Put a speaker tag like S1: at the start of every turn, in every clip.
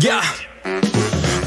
S1: Ya.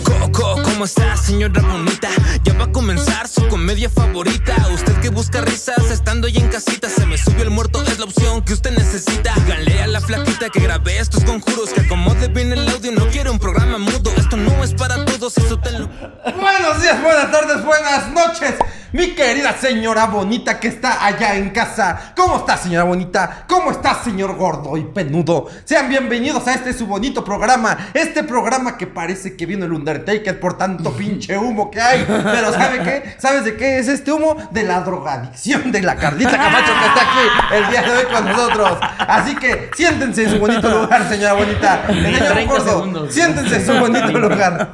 S1: Coco, ¿cómo está, señora bonita? Ya va a comenzar su comedia favorita. Usted que busca risas estando ahí en casita. Se me subió el muerto, es la opción que usted necesita. Díganle a la flaquita que grabé estos conjuros. Que acomode bien el audio, no quiero un programa mudo. Esto no es para todos, eso te lo.
S2: Buenos días, buenas tardes, buenas noches. Mi querida señora bonita que está allá en casa. ¿Cómo está, señora bonita? ¿Cómo está, señor gordo y penudo? Sean bienvenidos a este su bonito programa. Este programa que parece que vino el Undertaker por tanto pinche humo que hay. Pero ¿sabe qué? ¿Sabes de qué es este humo? De la drogadicción de la Carlita Camacho que está aquí el día de hoy con nosotros. Así que siéntense en su bonito lugar, señora bonita. El señor
S3: 30
S2: gordo,
S3: segundos.
S2: siéntense en su bonito lugar.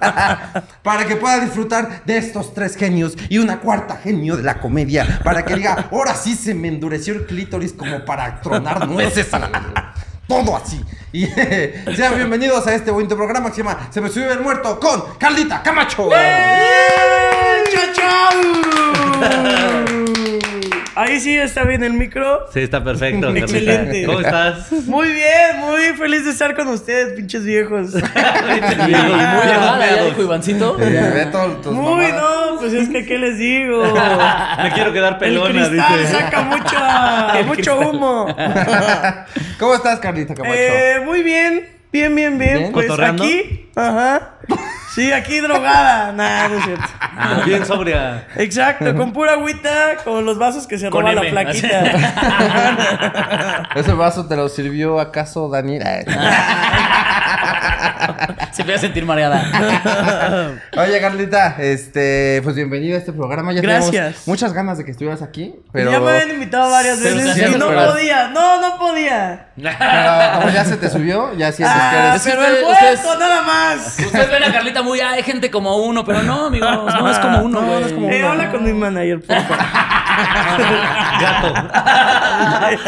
S2: para que pueda disfrutar de estos tres genios y una cuarta genio de la comedia. Para que diga, ahora sí se me endureció el clítoris como para tronar nueces a la- Todo así. Y eh, sean bienvenidos a este bonito programa que se llama Se me sube el muerto con Carlita Camacho.
S3: ¡Chau, Ahí sí está bien el micro.
S4: Sí, está perfecto. Carlita.
S3: Excelente.
S4: ¿Cómo estás?
S3: Muy bien, muy feliz de estar con ustedes, pinches viejos.
S4: Muy
S5: Ah, ya
S4: bien.
S5: dijo Ivancito.
S2: Eh, ve todas tus
S3: Muy
S2: mamadas.
S3: no, pues es que qué les digo.
S4: Me quiero quedar
S3: el
S4: pelona,
S3: cristal
S4: dice.
S3: saca mucho, mucho humo.
S2: ¿Cómo estás, Carlita Camacho?
S3: Eh, muy bien, bien, bien, bien.
S2: Bien.
S3: Pues
S4: ¿Cotorreando?
S3: aquí, ajá. Sí, aquí drogada. Nah, no es cierto.
S4: Ah, bien sobria.
S3: Exacto, con pura agüita, con los vasos que se
S5: Con
S3: roba la
S5: M,
S3: flaquita.
S2: ¿Ese vaso te lo sirvió acaso Daniel?
S5: Se voy a sentir mareada.
S2: Oye, Carlita, este, pues bienvenida a este programa. Ya
S3: Gracias.
S2: teníamos muchas ganas de que estuvieras aquí, pero,
S3: Ya me habían invitado varias
S5: Pero
S3: veces
S5: siempre,
S3: y no
S2: pero-
S3: podía. No, no podía.
S2: pero como ya se te subió, ya sientes
S3: Ah,
S5: que
S3: pero
S5: ustedes-
S3: el puerto,
S5: ustedes-
S3: nada más.
S5: Ustedes ven a Carlita muy, ah, hay gente como uno, pero no, amigos, no es como uno.
S2: No, no
S5: güey.
S2: es como
S3: Eh,
S2: uno.
S3: habla con mi manager, por favor.
S4: Gato.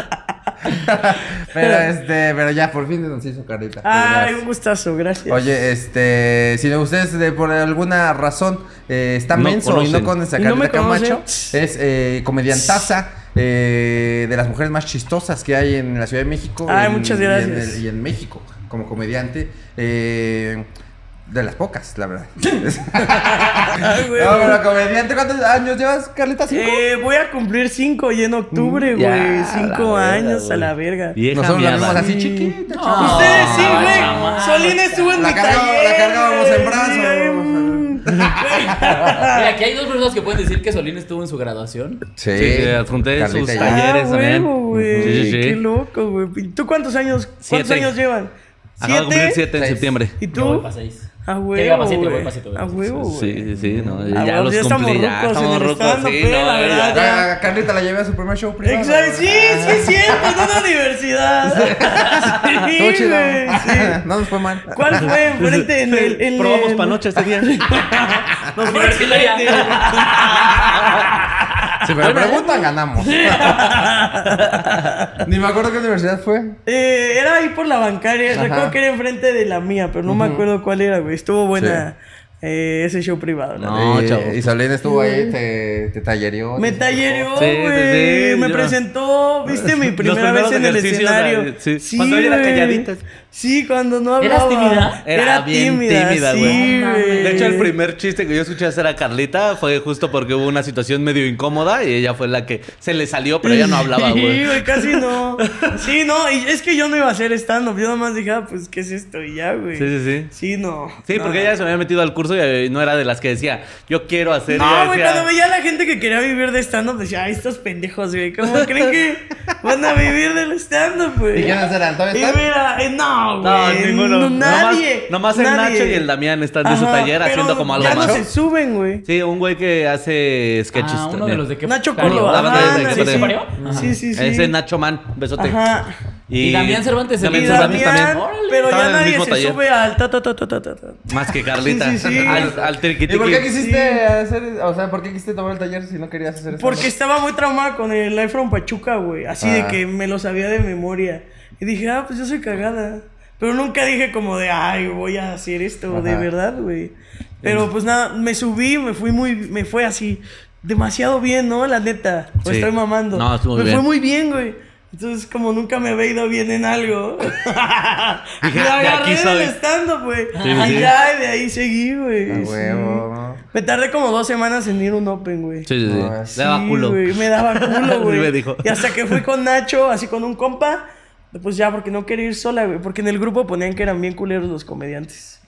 S2: que eres. Pero este, pero ya por fin nos hizo Carlita.
S3: Ay, un
S2: Gracias.
S3: gustazo, gracias.
S2: Oye, este, si ustedes de por alguna razón eh, están
S4: No
S2: menso y no
S4: conocen.
S2: conocen a
S3: Y no me
S2: Carlita Camacho,
S3: conocen.
S2: es eh, comediantaza. eh, de las mujeres más chistosas que hay en la Ciudad de México.
S3: Ay,
S2: en-
S3: muchas
S2: y en
S3: gracias.
S2: el- Y en, México, como comediante. eh, de las pocas, la verdad.
S3: Ay, güey.
S2: No, pero comediante, ¿cuántos años llevas, Carlita? ¿Cinco?
S3: Eh, voy a cumplir cinco y en octubre,
S2: Mm,
S3: güey.
S2: ya,
S3: cinco
S2: la verga,
S3: años a
S2: güey.
S3: la verga.
S4: Vieja
S2: Nosotros la
S4: miada.
S2: vimos así chiquita.
S5: No.
S3: Ustedes sí,
S5: Ah,
S3: güey.
S5: chamaca.
S3: Solín estuvo en
S2: La
S3: mi
S2: cargábamos- la
S3: taller.
S2: cargábamos en
S3: güey.
S2: brazos.
S3: Sí, ay, mm.
S5: Mira, aquí hay dos personas que pueden decir que Solín estuvo en su graduación.
S2: Sí,
S4: Sí, adjunté
S2: Carlita
S4: sus
S2: ya.
S4: talleres.
S3: Ah,
S4: también.
S3: huevo, güey.
S4: Sí, sí, sí.
S3: Qué loco, güey. ¿Y ¿Tú cuántos años, cuántos
S4: Siete.
S3: años llevan?
S4: Acabo de cumplir siete en
S2: Seis.
S4: septiembre.
S3: ¿Y
S5: Yo voy
S3: tú?
S5: para seis.
S3: A
S5: Que diga
S3: huevo,
S5: pasito,
S3: güey.
S5: voy pasito, voy
S3: A
S5: pasito.
S3: huevo, güey.
S4: Sí, sí, no,
S3: Ah,
S4: ya
S3: bueno,
S4: los
S3: ya estamos
S4: cumplí, ya
S3: rucos en el
S4: estamos rucos,
S3: stand-up,
S4: sí,
S3: eh,
S4: no,
S3: la verdad.
S4: ya.
S2: Ah, Carlita la llevé a su primer show privado. Ah,
S3: Exacto, sí, sí es cierto, en una universidad. Sí,
S2: Estuvo chido.
S3: güey, sí.
S2: No nos fue mal.
S3: ¿Cuál fue enfrente en el en
S4: Probamos
S3: el-
S4: panocha este día.
S3: Nos fue
S5: Universitaria.
S3: excelente.
S2: Si me lo preguntan, ganamos. Ni me acuerdo qué universidad fue.
S3: Eh, era ahí por la bancaria,
S2: Ajá.
S3: recuerdo que era enfrente de la mía, pero no me acuerdo cuál era, güey. Estuvo buena eh, ese show privado. la
S4: No,
S2: y,
S4: chavos.
S2: Y Solín estuvo ahí, te, te tallereó.
S3: Me
S2: te-
S3: tallereó,
S4: Sí, sí,
S3: güey.
S4: sí,
S3: me
S4: yo-
S3: presentó, viste, mi
S4: Los
S3: primera
S4: primeros
S3: vez en el
S4: ejercicios,
S3: escenario.
S4: la- sí. Cuando ella era
S3: güey.
S4: calladita.
S3: Sí, cuando no
S5: ¿Eras
S3: hablaba.
S5: tímida?
S4: Era, bien tímida,
S3: sí,
S4: güey.
S3: güey.
S4: De hecho, el primer chiste que yo escuché hacer a Carlita fue justo porque hubo una situación medio incómoda y ella fue la que se le salió, pero ella no hablaba,
S3: Sí,
S4: güey.
S3: güey, casi no. Sí, no, y es que yo no iba a hacer stand-up. Yo nada más dije, ah, pues, ¿qué es esto? Y ya, güey.
S4: Sí, sí, sí.
S3: Sí, no.
S4: Sí,
S3: no.
S4: porque ella se había metido al curso y eh, no era de las que decía, yo quiero hacer.
S3: No,
S4: ella
S3: güey,
S4: decía,
S3: cuando veía a la gente que quería vivir de stand-up, decía, ay, estos pendejos, güey, ¿cómo creen que van a vivir del stand-up, güey?
S2: ¿Y quiénes eran?
S3: Y
S2: ¿Todavía están?
S3: mira, eh, no,
S4: No,
S3: güey,
S4: ninguno.
S3: no,
S4: Nomás-
S3: nadie.
S4: Nomás, el
S3: nadie.
S4: Nacho y el Damián están en su
S3: Ajá,
S4: taller
S3: pero
S4: haciendo como algo
S3: ya
S4: más.
S3: no se suben, güey.
S4: Sí, un güey que hace sketches.
S5: Ah, uno de
S4: también.
S5: los de que.
S3: Nacho
S5: parió. Ah,
S3: Córdoba.
S4: la banda
S3: Ajá,
S4: de-
S3: ándale,
S4: de-
S3: sí.
S5: parió?
S3: Sí, sí, sí.
S4: Ese Nacho Man, besote.
S3: Ajá.
S5: Y Damián Cervantes, el
S3: Y
S4: Damián
S5: líder.
S4: Cervantes
S3: Damián,
S4: también.
S3: pero
S4: Estaban
S3: ya
S4: en el
S3: nadie
S4: mismo
S3: se
S4: taller.
S3: sube al ta ta ta ta ta ta. ta.
S4: Más que Carlita.
S3: Sí, sí, sí.
S4: Al, al
S2: ¿Y por qué
S4: triqui-triqui.
S2: quisiste hacer, o sea, por qué quisiste tomar el taller si no querías hacer eso?
S3: Porque estaba muy traumada con el Life from Pachuca, güey. Así de
S2: Ah.
S3: que me lo sabía de memoria. Y dije, ah, pues yo soy cagada. Pero nunca dije como de, ay, voy a hacer esto de
S2: Ajá.
S3: verdad, güey. Pero pues nada, me subí, me fui muy, me fue así demasiado bien, ¿no? La neta, me
S4: Sí.
S3: estoy mamando.
S4: No, estuvo
S3: me
S4: bien.
S3: fue muy bien, güey. Entonces, como nunca me había ido bien en algo,
S4: Dije,
S3: me
S4: "Ah, "De
S3: agarré
S4: aquí soy".
S3: del stand-up, güey.
S4: sí.
S3: Allá, y de ahí seguí, güey.
S2: A
S3: sí.
S2: huevo.
S3: Me tardé como dos semanas en ir a un open, güey.
S4: Sí, sí, sí.
S2: No,
S4: Le daba
S3: Sí,
S4: culo.
S3: güey, me daba
S4: Sí,
S3: culo, güey.
S4: me dijo.
S3: Y hasta que fui con Nacho, así con un compa, pues ya, porque no quería ir sola, güey. Porque en el grupo ponían que eran bien culeros los comediantes.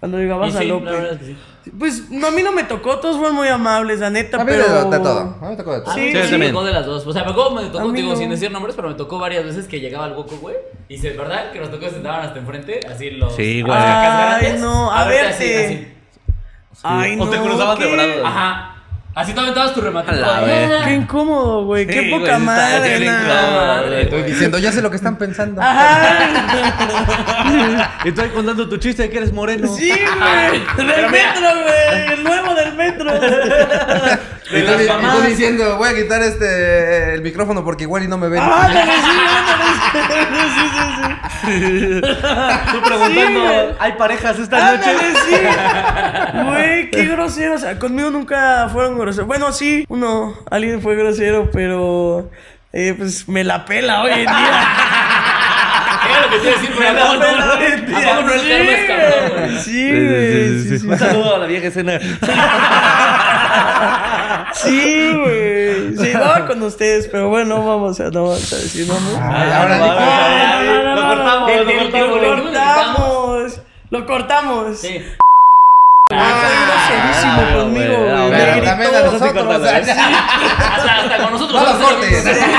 S3: Cuando llegabas
S5: Y
S3: a
S5: sí, la
S3: Lope.
S5: verdad es que sí.
S3: Pues no, a mí no me tocó, todos fueron muy amables, la neta,
S2: A mí
S3: pero... Ah,
S2: de, de todo. A mí me tocó de todo.
S5: A
S3: Sí,
S5: mí
S3: sí.
S5: me tocó de las dos. O sea, me acuerdo, me
S3: A
S5: tocó,
S3: mí
S5: digo,
S3: no.
S5: sin decir nombres, pero me tocó varias veces que llegaba al Goku, güey. Y se, ¿verdad? Que nos tocó que se sentaban hasta enfrente, así los.
S4: Sí, güey.
S5: las cacas
S3: Ay,
S5: grandes,
S3: no, a
S5: verte
S3: verte.
S5: así, así.
S3: Ay, no,
S4: O te cruzabas de
S3: qué-
S4: brazos.
S5: Ajá. Así te aventabas tu remate.
S4: A la
S5: Ah,
S4: verga.
S3: Qué incómodo, güey.
S4: Sí,
S3: qué
S4: güey,
S3: poca
S4: está
S3: madre,
S4: bien
S3: na.
S4: incómodo, güey.
S5: güey.
S2: Diciendo, ya sé lo que están pensando.
S3: Ah, Ajá.
S4: Y tú ahí contando tu chiste de que eres moreno.
S3: Sí, güey. Del metro, güey. El nuevo del metro.
S2: Y tú,
S5: las
S2: y tú
S5: mamadas.
S2: diciendo, voy a quitar este el micrófono porque igual y no me
S3: Ah,
S2: ven.
S3: Ándale, sí, ándale, sí, sí, sí.
S4: Tú preguntando,
S3: Sí, güey.
S4: ¿hay parejas esta
S3: Ándale,
S4: noche?
S3: sí. Güey, qué grosero. O sea, conmigo nunca fueron groseros. Bueno, sí, uno, alguien fue grosero, pero... eh, pues me la pela hoy en día.
S5: Era lo que te iba a decir, pero
S3: Me
S5: ¿a poco no?
S3: la pela hoy en
S5: ¿A poco no el karma es cabrón,
S3: día.
S5: güey?
S3: Sí, güey. Sí, sí, sí.
S4: Un saludo a la vieja escena.
S3: Sí, güey. Sí, no con ustedes, pero bueno, vamos a, no vamos a decir nombre.
S2: Ay, ahora
S4: no,
S2: di-
S4: no,
S3: Ay,
S4: no,
S3: no,
S4: no,
S3: no,
S4: Lo
S3: no,
S4: cortamos,
S5: el-
S4: lo
S5: el-
S4: cortamos.
S5: el-
S3: Lo cortamos. Lo cortamos.
S5: Sí.
S3: Ah,
S4: Ah,
S3: fue groserísimo
S4: güey, ah,
S3: conmigo, güey.
S4: bueno,
S3: Me
S2: Pero
S3: gritó.
S2: también a
S4: sí,
S2: nosotros. o sea,
S5: Hasta, hasta con nosotros.
S2: No los
S5: hasta con
S2: cortes.
S5: nosotros.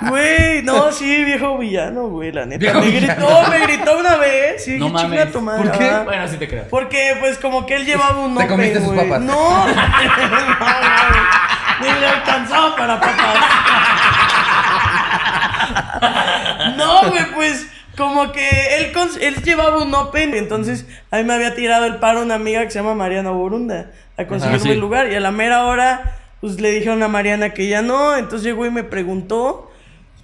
S3: Güey, no, sí, viejo villano, güey, la neta.
S2: Viejo
S3: me
S2: villano.
S3: gritó, me gritó una vez. Sí,
S5: No
S3: dije, chinga
S5: mames.
S3: tu madre.
S2: ¿Por qué?
S3: va.
S5: Bueno, sí te creo.
S3: Porque, pues, como que él llevaba un
S2: Te
S3: open,
S2: comiste sus
S3: güey.
S2: papas.
S3: No. No, güey. Ni le alcanzaba para papas. No, güey, pues... Como que él, cons- él llevaba un open, entonces a mí me había tirado el paro una amiga que se llama Mariana Borunda a conseguirme
S4: sí.
S3: el lugar. Y a la mera hora, pues le dijeron a Mariana que ya no. Entonces llegó y me preguntó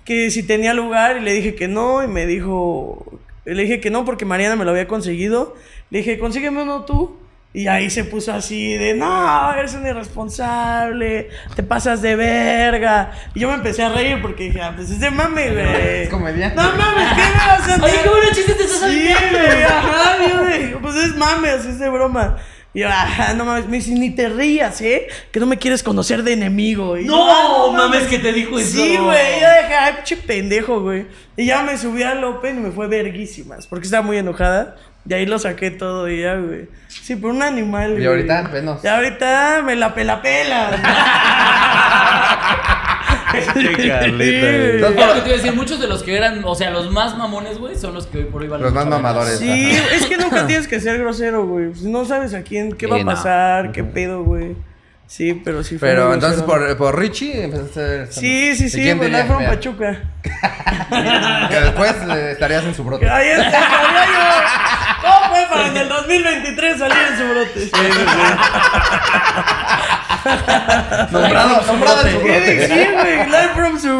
S3: que si tenía lugar y le dije que no y me dijo, le dije que no porque Mariana me lo había conseguido. Le dije, consígueme uno tú. Y ahí se puso así de, no, eres un irresponsable, te pasas de verga. Y yo me empecé a reír porque dije, ah, pues es de mame, güey.
S2: Es comediante.
S3: No mames, ¿qué me vas
S5: Oye,
S3: a hacer?
S5: qué buenos chistes te estás
S3: Sí,
S5: aventando.
S3: güey, ajá, yo de- pues es mame, así es de broma. Y yo, ajá, no mames, me dice, ni te rías, ¿eh? Que no me quieres conocer de enemigo. Y yo, ah,
S5: No, mames, que te dijo eso.
S3: Sí, güey, yo dejé, ay, pinche pendejo, güey. Y ya me subí al Open y me fue verguísimas, porque estaba muy enojada. De ahí lo saqué todo y ya, güey. Sí, por un animal, güey.
S2: Y ahorita, pues, no.
S3: Y ahorita me la pela pela.
S4: Qué Carlita,
S3: Sí,
S4: güey.
S3: güey.
S5: Era lo que te iba a decir, muchos de los que eran, o sea, los más mamones, güey, son los que hoy por hoy van
S2: Los más
S5: mucho menos.
S2: mamadores.
S3: Sí, es que nunca tienes que ser grosero, güey. Pues No sabes a quién, qué va
S4: Sí,
S3: a
S4: no.
S3: pasar, qué pedo, güey. Sí, pero sí fue
S2: Pero
S3: muy
S2: entonces
S3: grosero.
S2: por, por Richie empezaste a hacer-
S3: Sí, sí,
S2: ¿Y
S3: sí,
S2: quién
S3: pues
S2: diría?
S3: la fueron
S2: Mira,
S3: Pachuca.
S2: Que después eh, estarías en su brote.
S3: Ahí está, sabía yo. ¿Cómo fue para en el 2023 salir en su brote?
S2: Nombrado, nombrado en su
S3: ¿Qué
S2: brote.
S3: decir, güey? Live from su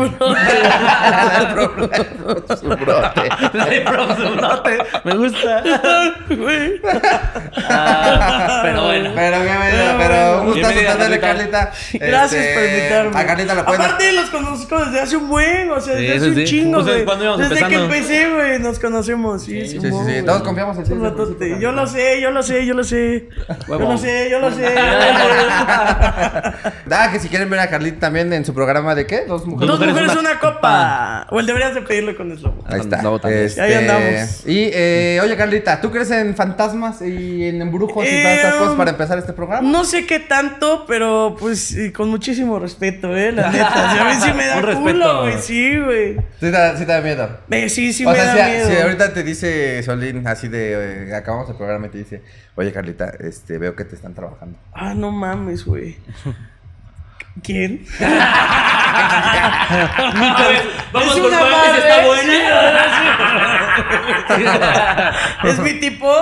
S3: brote.
S2: Su brote.
S4: Ay, profe, un lote. Me gusta.
S3: Güey.
S4: Ah, pero bueno.
S2: Pero bienvenido,
S3: Pero
S2: pero
S3: bueno.
S2: un gustazo
S4: Bienvenida,
S2: tenerle,
S4: Carlita.
S2: Carlita.
S3: Gracias
S2: Este,
S3: por invitarme.
S2: A Carlita la pueden.
S3: Aparte los conozco desde hace un buen, o sea,
S4: Sí,
S3: desde hace
S4: eso
S3: un
S4: sí.
S3: chingo,
S4: Ustedes,
S3: güey.
S4: ¿cuándo íbamos
S3: Desde
S4: empezando?
S3: que empecé, güey, nos conocemos. Sí,
S2: Sí, sí, sí. Todos confiamos en ti.
S3: Un ratote. Yo lo sé, yo lo sé, yo lo sé. Yo
S4: Huevo.
S3: lo sé, yo lo sé. yo lo sé.
S2: Ah, que si quieren ver a Carlita también en su programa de qué? Dos mujeres.
S3: Dos
S4: mujeres,
S3: mujeres,
S4: una
S3: una copa. O el deberías de pedirlo con eslobo.
S2: Ahí está.
S4: No, también.
S2: Este,
S3: Ahí andamos.
S2: Y eh, oye, Carlita, ¿tú crees en fantasmas y en embrujos y todas estas
S3: Eh,
S2: cosas para empezar este programa?
S3: No sé qué tanto, pero pues eh, con muchísimo respeto, ¿eh? La neta. O sea, a mí sí me da
S4: Un respeto.
S3: culo, güey. Sí, güey.
S2: Sí, te, sí te da miedo.
S3: Me- Sí, sí
S2: o
S3: me
S2: sea,
S3: da
S2: si, a-
S3: miedo.
S2: si ahorita te dice Solín así de eh, acabamos el programa y te dice, oye Carlita, este veo que te están trabajando.
S3: Ah, no mames, güey. ¿Quién?
S5: A ver, vamos
S3: Es
S5: por
S3: una
S5: partes, está
S3: madre.
S5: buena.
S3: ¿Es mi tipo?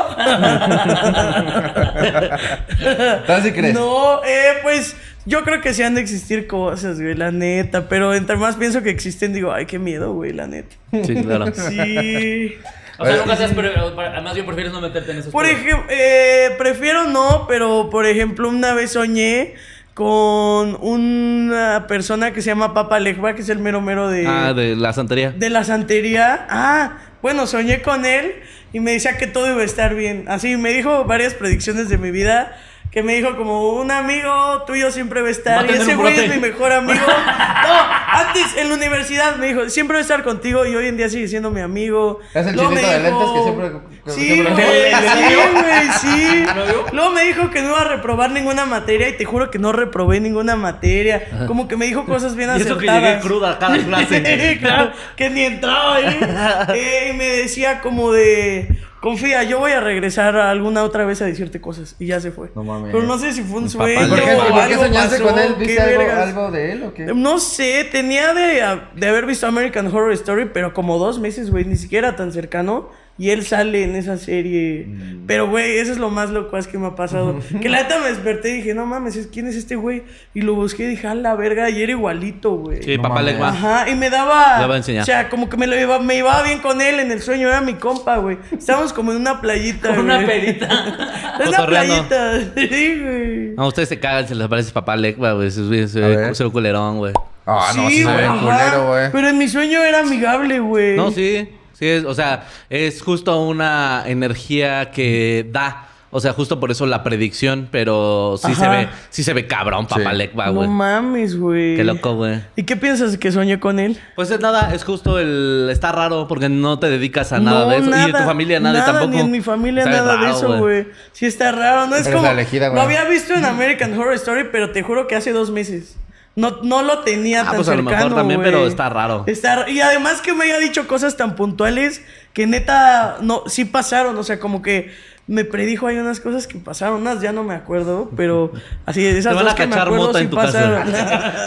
S2: ¿Entonces sí crees?
S3: No, eh, pues yo creo que sí han de existir cosas, güey, la neta. Pero entre más pienso que existen, digo, ay, qué miedo, güey, la neta.
S4: Sí, claro.
S3: Sí.
S5: O sea, nunca seas, pero pero más bien prefieres no meterte en esos
S3: Por
S5: pedos.
S3: ejemplo, eh, prefiero no, pero por ejemplo, una vez soñé con una persona que se llama Papa Legba, que es el mero mero de,
S4: Ah, de la santería.
S3: de la santería. Ah, bueno, soñé con él y me decía que todo iba a estar bien. Así me dijo varias predicciones de mi vida. Que me dijo como un amigo tuyo siempre va
S5: Va
S3: a estar.
S5: a
S3: y
S5: tener
S3: ese
S5: un
S3: güey es
S5: brote.
S3: mi mejor amigo. No, antes en la universidad me dijo, siempre va a estar contigo y hoy en día sigue siendo mi amigo.
S2: Es el
S3: Luego
S2: chinito
S3: me
S2: de lentes que
S3: dijo-
S2: siempre- que
S3: Sí,
S2: siempre-
S3: güey, sí, güey, sí.
S5: ¿Lo vio?
S3: Luego me dijo que no iba a reprobar ninguna materia y te juro que no reprobé ninguna materia. Como que me dijo cosas bien
S4: Y eso que llegué
S3: acertadas.
S4: cruda a cada clase.
S3: claro, que ni entraba ahí. Eh, y me decía como de, confía, yo voy a regresar alguna otra vez a decirte cosas. Y ya se fue.
S2: No mames.
S3: Pero no sé si fue un
S4: papá,
S3: sueño
S2: ¿Y por qué,
S3: o
S2: y por qué
S3: Eh, algo
S2: soñaste
S3: pasó,
S2: con él?
S3: qué
S2: ¿Viste algo,
S3: vergas. Mm,
S2: algo de él o qué?
S3: No sé, tenía de, de haber visto American Horror Story, pero como dos meses, güey, ni siquiera tan cercano. Y él sale en esa serie.
S2: Mm.
S3: Pero, güey, eso es lo más locuaz que me ha pasado. que la neta me desperté y dije, no mames, es- ¿quién es este güey? Y lo busqué y dije, a la verga, y era igualito, güey.
S4: Sí,
S2: No
S4: papá
S2: mames.
S4: Legba.
S3: Ajá, y me daba.
S4: Le va a enseñar.
S3: O sea, como que me, lo iba, me llevaba bien con él en el sueño, era mi compa, güey. Estábamos como en una playita.
S5: Con una
S3: güey.
S5: pedita.
S3: en una
S4: Cotorreando.
S3: playita, sí, güey.
S4: No, ustedes se cagan, se les aparece papá Legba, güey. Se se-
S2: A ver.
S4: se- se ve culerón, güey.
S2: Ah, no, sí, se ve
S3: ajá.
S2: culero, güey.
S3: Pero en mi sueño era amigable, güey.
S4: No, sí, sí, es, o sea, es justo una energía que da. O sea, justo por eso la predicción, pero sí se
S3: Ajá.
S4: ve, sí se ve cabrón, papá
S2: Sí.
S4: Legba,
S3: No
S4: güey.
S3: mames, güey.
S4: Qué loco, güey.
S3: ¿Y qué piensas que soñó con él?
S4: Pues es nada, es justo el. Está raro porque no te dedicas a nada
S3: No,
S4: de eso. y en tu familia nada, tampoco.
S3: Ni en mi familia
S4: Está
S3: nada
S4: raro,
S3: de eso, güey. Sí está raro, no es
S2: Eres
S3: como
S2: la elegida, güey.
S3: lo había visto en American Horror Story, pero te juro que hace dos meses. No, no lo tenía
S4: Ah,
S3: tan
S4: pues a lo mejor
S3: cercano,
S4: también,
S3: güey.
S4: pero está raro.
S3: Está ra- y además que me haya dicho cosas tan puntuales que neta no sí pasaron, o sea, como que me predijo hay unas cosas que pasaron, unas ya no me acuerdo, pero así esas
S4: Te van
S3: dos
S4: a
S3: que me
S4: cachar
S3: acuerdo
S4: mota
S3: sí
S4: en tu casa.
S3: pasaron.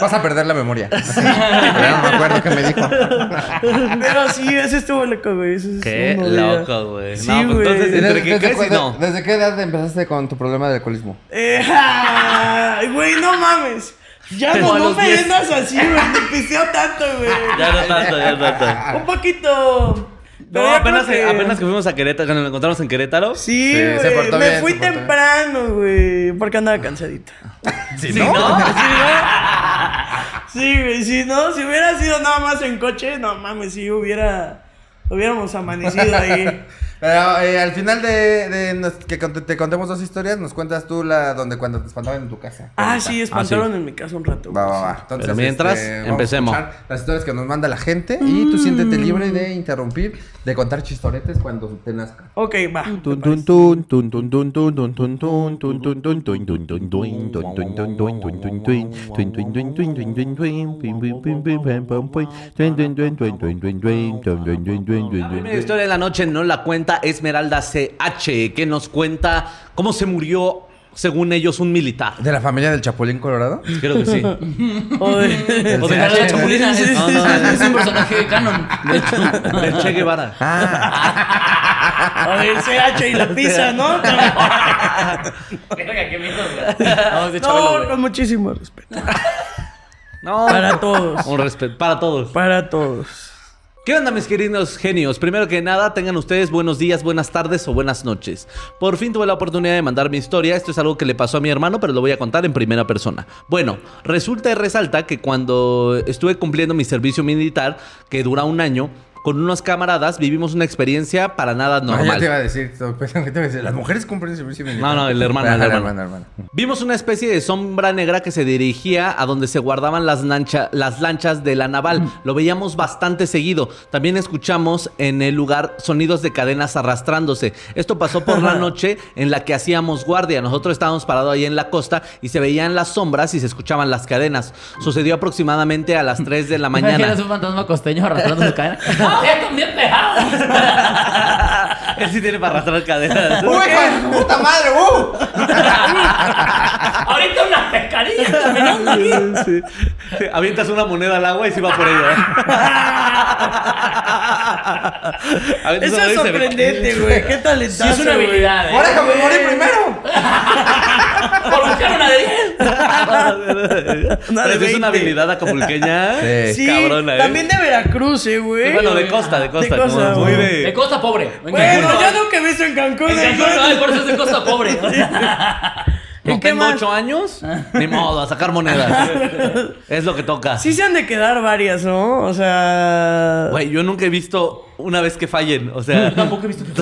S2: Vas a perder la memoria. Ya no me acuerdo qué me dijo.
S3: Pero sí, ese estuvo loco, güey. Eso es
S4: Qué
S3: una novela.
S4: loco, güey.
S3: Sí,
S4: no, pues
S3: güey.
S4: entonces,
S2: ¿Desde,
S4: entre que
S2: desde
S4: crees y
S2: cuándo-
S4: no.
S2: desde qué edad empezaste con tu problema del alcoholismo?
S3: Eh, ay, güey, no mames. Ya
S4: Como
S3: no,
S4: a
S3: no
S4: los
S3: me
S4: 10.
S3: vendas así, güey. Te pisteo tanto, güey.
S4: Ya no tanto, ya no tanto.
S3: Un poquito. Pero
S4: No,
S3: ya
S4: apenas,
S3: creo que-
S4: apenas que fuimos a Querétaro, cuando nos encontramos en Querétaro.
S3: Sí,
S2: Sí, se
S3: güey.
S2: portó
S3: me
S2: bien,
S3: fui
S2: se portó bien.
S3: temprano, güey. Porque andaba cansadita.
S4: Sí,
S2: ¿no?
S3: Sí, güey. Si no, si hubiera sido nada más en coche, no mames, si hubiera. Hubiéramos amanecido ahí.
S2: Pero eh, al final de, de nos- que cont- te contemos dos historias, nos cuentas tú la donde cuando te espantaban en tu casa.
S3: Ah,
S2: Ahorita.
S3: sí, espantaron en mi casa un rato.
S2: Va,
S3: güey.
S2: va, va. Entonces, este,
S4: Pero mientras,
S2: vamos a
S4: empecemos. Mm.
S2: escuchar Las historias que nos manda la gente y tú siéntete libre de interrumpir, de contar chistoretes cuando te nazca.
S3: Ok, va.
S6: Tun tun tun tun tun tun tun tun tun tun tun tun tun tun tun tun tun tun tun tun tun tun tun tun. Tun tun tun tun tun tun tun. Pim, pim, pim, pim, pam, pam, pum. Tun, tun, tun, tun, tun, tun, tun. Tun, tun, tun, tun, tun,
S4: La
S6: tun,
S4: primera
S6: tun.
S4: historia de la noche no la cuenta Esmeralda CH, que nos cuenta cómo se murió, según ellos, un militar.
S2: ¿De la familia del Chapulín Colorado?
S4: Creo que sí.
S3: Joder.
S5: O de la chapulina.
S3: Sí,
S5: Es,
S3: sí,
S5: no, no, es un personaje de canon. De hecho.
S4: Del Che Guevara.
S2: Ah,
S3: A ver, CH y la pizza, ¿no?
S5: Verga, qué miedo, güey. No, es de Chabelo,
S3: No,
S5: güey.
S3: con muchísimo respeto.
S4: No.
S3: Para todos.
S4: Un respeto para todos.
S3: Para todos.
S4: ¿Qué onda mis queridos genios? Primero que nada, tengan ustedes buenos días, buenas tardes o buenas noches. Por fin tuve la oportunidad de mandar mi historia, esto es algo que le pasó a mi hermano, pero lo voy a contar en primera persona. Bueno, resulta y resalta que cuando estuve cumpliendo mi servicio militar, que dura un año, con unos camaradas vivimos una experiencia para nada
S2: no,
S4: normal.
S2: Ah, ya te iba a decir. so- pensaba que te iba a decir, Las mujeres cumplen servicio militar.
S4: No, no, el hermano, el
S2: Ajá,
S4: hermano.
S2: hermano.
S4: Vimos una especie de sombra negra que se dirigía a donde se guardaban las, lancha- las lanchas de la naval. Lo veíamos bastante seguido. También escuchamos en el lugar sonidos de cadenas arrastrándose. Esto pasó por la noche en la que hacíamos guardia. Nosotros estábamos parados ahí en la costa y se veían las sombras y se escuchaban las cadenas. Sucedió aproximadamente a las 3 de la mañana.
S5: Imaginas un fantasma costeño arrastrando su cadena. ¡Ah, ya cambié pegado!
S4: Él sí tiene para arrastrar cadenas.
S2: ¡Uy, hijo de su puta madre! ¡Uh!
S5: Ahorita una pescadilla caminando aquí.
S4: Sí. Sí, Avientas una moneda al agua y se va por ella. Avientas
S3: Eso es
S4: una moneda y se ve.
S3: sorprendente, güey. Qué
S5: Sí,
S3: talentoso.
S5: es una
S3: güey.
S5: habilidad,
S2: ¡Ahora
S5: ¿eh?
S2: que me morí primero!
S5: Por buscar una de 10.
S4: Ah, Pero eso es
S3: 20.
S4: una habilidad acapulqueña.
S2: Sí.
S3: Sí,
S4: Cabrona, ¿eh?
S3: también de Veracruz, eh, güey.
S4: Bueno, de costa, de costa.
S3: De costa,
S4: como muy
S3: güey.
S4: de-
S5: De costa pobre. En
S3: Bueno,
S5: Cancún,
S3: yo
S5: no.
S3: nunca he visto en Cancún.
S5: En Cancún,
S3: entonces-
S5: ay, por eso es de costa pobre.
S4: No
S3: qué
S4: tengo
S3: más?
S4: ocho años. Ni modo, a sacar monedas. es lo que toca.
S3: Sí se han de quedar varias, ¿no? O sea...
S4: Güey, yo nunca he visto una vez que fallen. O sea,
S5: Tampoco he visto que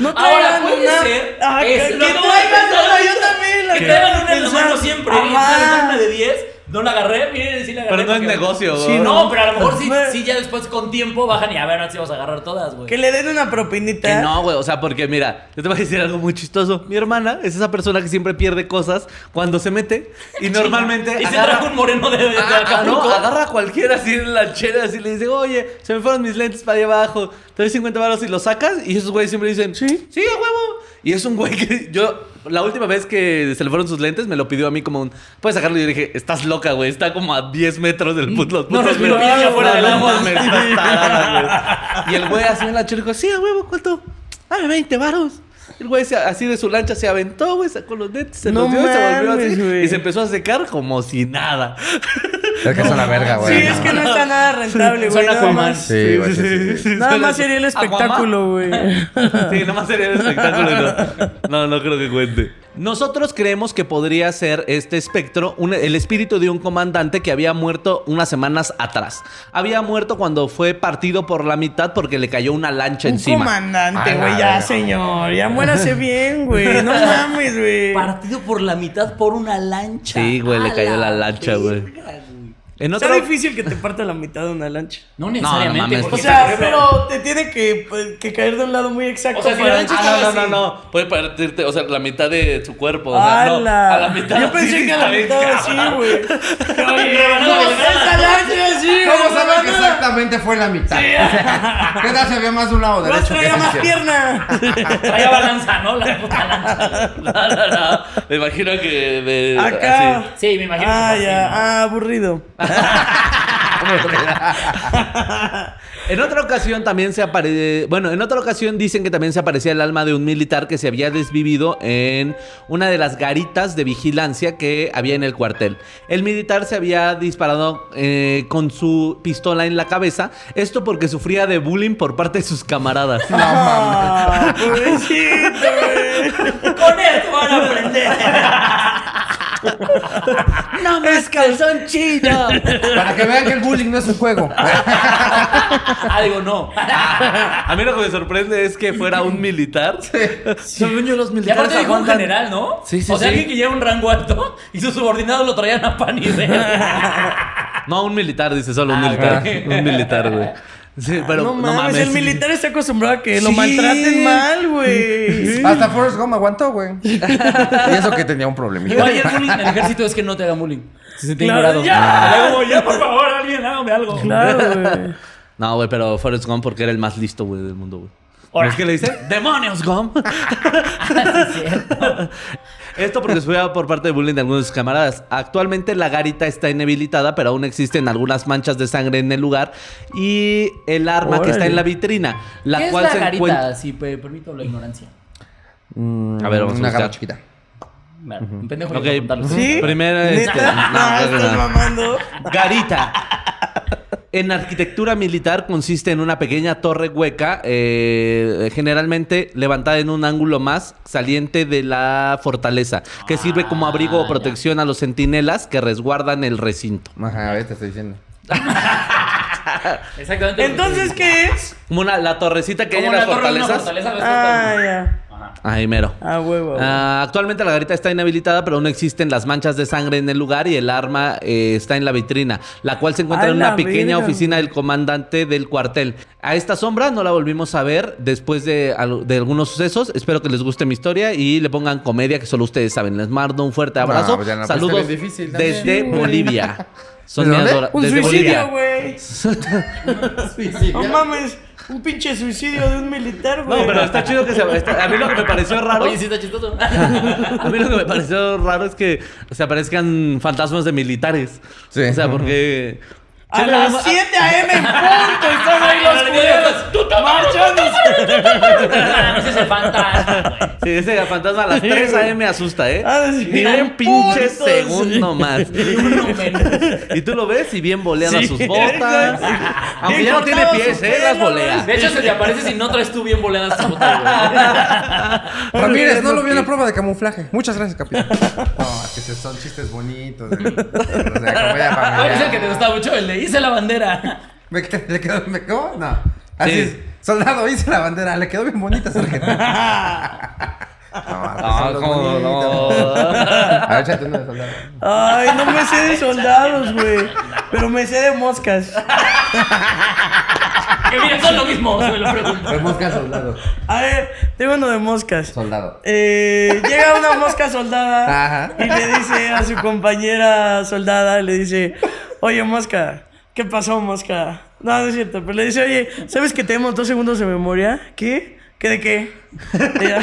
S3: No
S5: Ahora,
S3: traigan
S5: puede
S3: una-
S5: ser
S3: Ah, que,
S5: es
S3: que
S5: lo que-
S3: traigan una, yo también la
S5: que
S3: quiero
S5: traigan una en la
S3: pensar.
S5: mano siempre. ¿eh?
S3: Ajá.
S5: Y traigan una de 10. No la agarré, miren, sí la agarré.
S4: pero no es
S5: porque-
S4: negocio,
S3: Sí,
S4: güey.
S5: No, pero a lo mejor sí,
S3: Bueno.
S5: sí ya después con tiempo bajan y a ver, ahora sí vamos a agarrar todas,
S3: Que
S5: güey.
S3: le den una propinita. ¿eh?
S4: Que no, güey. O sea, porque mira, yo te voy a decir algo muy chistoso. Mi hermana es esa persona que siempre pierde cosas cuando se mete
S3: Ah,
S4: y normalmente.
S5: Y se
S4: agarra-
S5: trajo un moreno de, de, de
S4: Ah, ah, no,
S5: Acapulco.
S4: agarra a cualquiera así en la chela así le dice, oye, se me fueron mis lentes para allá abajo, te doy 50 baros y los sacas y esos güeyes siempre dicen, sí, sí, a huevo. Y es un güey que yo, la última vez que se le fueron sus lentes, me lo pidió a mí como un, puedes sacarlo y yo dije, estás loca, güey, está como a 10 metros del puto. los
S5: No
S4: putos
S5: respiro
S4: metros".
S5: bien, ya fuera
S4: No,
S5: del
S4: no
S5: agua.
S4: mames, estás tarada, güey. Y el güey así en la chela dijo, sí, a huevo, ¿cuánto? Dame 20 varos. El güey se- así de su lancha se aventó, güey, sacó los lentes, se
S3: No
S4: los dio y se volvió
S3: mames,
S4: así.
S3: güey.
S4: Y se empezó a secar como si nada.
S2: Es que es una verga,
S3: Sí,
S2: güey.
S3: es que no está nada rentable, güey.
S5: Suena
S3: Nada
S5: Aquaman.
S3: más,
S2: Sí, güey, sí, sí, sí.
S3: nada más
S4: Suena-
S3: sería el
S4: Aquaman.
S3: espectáculo, güey.
S4: Sí, nada más sería el espectáculo. No, no, no creo que cuente. Nosotros creemos que podría ser este espectro un- el espíritu de un comandante que había muerto unas semanas atrás. Había muerto cuando fue partido por la mitad porque le cayó una lancha
S3: Un
S4: encima.
S3: comandante,
S2: Ay,
S3: güey.
S2: la
S3: Ya,
S2: verga.
S3: señor. Ya muérase bien, güey. No mames, güey.
S5: Partido por la mitad por una lancha.
S4: Sí, güey, le
S5: A
S4: cayó la lancha, güey.
S5: verga, güey.
S4: En
S3: Está
S4: otro...
S3: difícil que te parta la mitad de una lancha.
S5: No necesariamente.
S4: mames,
S5: porque
S3: O
S4: O
S3: sea,
S5: se quebra.
S3: pero te tiene que, pues, que caer de un lado muy exacto.
S5: O sea, si
S3: para-
S5: la lancha
S4: Ah, no,
S5: estaba
S4: no,
S5: así.
S4: no, no. Puede partirte, o sea, la mitad de tu cuerpo. O sea, no,
S3: ¡Hala!
S4: a la mitad.
S3: Yo pensé
S4: Sí,
S3: que a la
S4: está bien,
S3: mitad
S4: cabrón.
S3: así, güey.
S5: Oye, rebanada de
S3: esa
S5: grasa.
S3: lancha así,
S2: ¿Cómo
S3: güey,
S2: saben que
S3: rebanada.
S2: exactamente fue la mitad? ¿Qué tal se había más de un lado
S3: Más
S2: derecho? que
S3: traía
S2: ese
S3: más
S2: izquierdo?
S3: pierna.
S5: Traía balanza, ¿no? La puta lancha.
S4: No, no, no. Me imagino que de,
S3: Acá.
S4: así.
S5: Sí, me imagino. que
S3: Ah,
S5: fue así,
S3: ya.
S5: ¿no?
S3: Ah, aburrido.
S4: En otra ocasión también se aparece. Bueno, en otra ocasión dicen que también se aparecía el alma de un militar que se había desvivido en una de las garitas de vigilancia que había en el cuartel. El militar se había disparado eh, con su pistola en la cabeza. Esto porque sufría de bullying por parte de sus camaradas.
S3: Ah, pobrecito, güey.
S5: Con esto van a aprender.
S4: ¡No más calzón chido!
S2: Para que vean que el bullying no es un juego.
S5: Algo Ah, no.
S3: Ah,
S4: A mí lo que me sorprende es que fuera un militar. Según yo, los
S5: Y aparte dijo un
S4: aguantan-
S5: general, ¿no?
S4: Sí, sí,
S5: O sea,
S4: sí.
S5: alguien que lleva un rango alto y sus subordinados lo traían a pan y ver.
S4: No, un militar, dice solo un
S5: Ah,
S4: militar.
S5: ok.
S4: Un militar, güey. Sí, pero
S3: no,
S4: Ah, no,
S3: mames,
S4: mames.
S3: el militar está acostumbrado a que lo
S4: Sí.
S3: maltraten mal, güey.
S2: Hasta Forrest Gump aguantó, güey. Y eso que tenía un problemita.
S5: Igual y el bullying en el ejército es que no te hagan bullying. Se siente
S3: Claro,
S5: ignorado.
S3: ya.
S5: Luego, ya, por favor, alguien hágame algo.
S3: Claro, güey.
S4: No, güey, pero Forrest Gump porque era el más listo, güey, del mundo, güey.
S5: Ahora.
S4: ¿No es que le dice? ¡Demonios, Gump! Esto porque se fue por parte de bullying de algunos de sus camaradas. Actualmente la garita está inhabilitada, pero aún existen algunas manchas de sangre en el lugar. Y el arma que está
S3: Órale.
S4: en la vitrina, la
S5: ¿Qué
S4: cual
S5: es la
S4: se
S5: garita?
S4: encuentra.
S5: Si pe- permito la ignorancia.
S4: A ver, vamos
S2: Mm,
S4: a
S2: Una
S4: buscar.
S2: garra chiquita.
S5: Vale, un pendejo
S4: Ok,
S5: que preguntarlo.
S3: ¿Sí?
S4: Primero,
S3: ¿Neta?
S4: este, no,
S3: Ah,
S4: creo que
S3: estás
S4: no.
S3: mamando.
S4: Garita. En arquitectura militar consiste en una pequeña torre hueca, eh, generalmente levantada en un ángulo más saliente de la fortaleza, que sirve como abrigo o
S5: Ah,
S4: protección a los centinelas que resguardan el recinto.
S2: Ajá, a ver, te estoy diciendo.
S5: Exactamente.
S3: Entonces, ¿qué es?
S4: Como una, la torrecita que hay
S5: ¿Cómo
S4: en
S5: la
S4: las
S5: torre de una
S4: fortalezas.
S5: fortaleza? ves,
S3: Ah,
S5: torre.
S3: ya.
S4: Ahí mero.
S3: Ah, huevo.
S4: Ah, actualmente la garita está inhabilitada, pero aún existen las manchas de sangre en el lugar y el arma eh, está en la vitrina, la cual se encuentra
S3: ¡A
S4: en
S3: la
S4: una pequeña
S3: verga!
S4: oficina del comandante del cuartel. A esta sombra no la volvimos a ver después de, al- de algunos sucesos. Espero que les guste mi historia y le pongan comedia que solo ustedes saben. Les mando un fuerte abrazo.
S2: pues ya la
S4: Saludos
S2: pusiste bien difícil también.
S4: desde
S3: Sí, güey.
S4: Bolivia. Son
S2: ¿De
S4: mi
S2: dónde?
S4: adora-
S3: un
S4: desde
S3: suicidio,
S4: Bolivia.
S3: güey. No mames. Un pinche suicidio de un militar, güey.
S4: No, pero está chido que se... está- a mí lo que me pareció raro...
S5: Oye, sí está chistoso.
S4: A mí lo que me pareció raro es que se aparezcan fantasmas de militares.
S2: Sí.
S4: O sea, porque.
S3: A las 7 a.m. en punto están ahí los
S5: Los
S4: pues-
S3: culeros.
S5: culeros. ¡Tú te marchas! Ah, ese fantasma, güey.
S4: Sí, ese fantasma a las 3 a.m. me asusta, ¿eh?
S3: Ah, sí.
S4: Ni
S3: Al
S4: un pinche
S3: punto,
S4: segundo
S3: sí.
S4: más.
S5: Ni uno menos.
S4: Y tú lo ves y bien boleadas
S3: Sí.
S4: sus botas.
S3: Sí.
S4: Aunque
S3: Bien
S4: ya no tiene
S3: cortados
S4: pies,
S3: sus
S4: ¿eh? Las
S3: pelos,
S4: bolea.
S5: De hecho, se te aparece si no traes tú bien voladas tus botas, güey.
S2: Ramírez, no lo vi en la prueba de camuflaje. Muchas gracias, capitán. No, es que se- son chistes bonitos. De, de comedia
S5: Ah, es el que te
S2: familiar.
S5: gustaba mucho, el de hice la bandera.
S2: ¿Me, qued- le quedó, ¿Me quedó? No. Así
S4: Sí.
S2: es. Soldado, hice la bandera. Le quedó bien bonita, sargento. No,
S4: Ah,
S2: soldado
S4: cómo
S2: bonito.
S4: no.
S2: A ver, échate una de soldado.
S3: Ay, no me sé de soldados, güey. Pero me sé de moscas.
S5: Que mira, son lo mismo, me lo pregunto.
S2: Pues mosca soldado.
S3: A ver, tengo uno de moscas.
S2: Soldado.
S3: Eh, llega una mosca soldada
S2: Ajá.
S3: y le dice a su compañera soldada, le dice, oye mosca, ¿qué pasó mosca? No, no es cierto, pero le dice, oye, ¿sabes que tenemos dos segundos de memoria? ¿Qué? ¿Qué de qué? Y ya.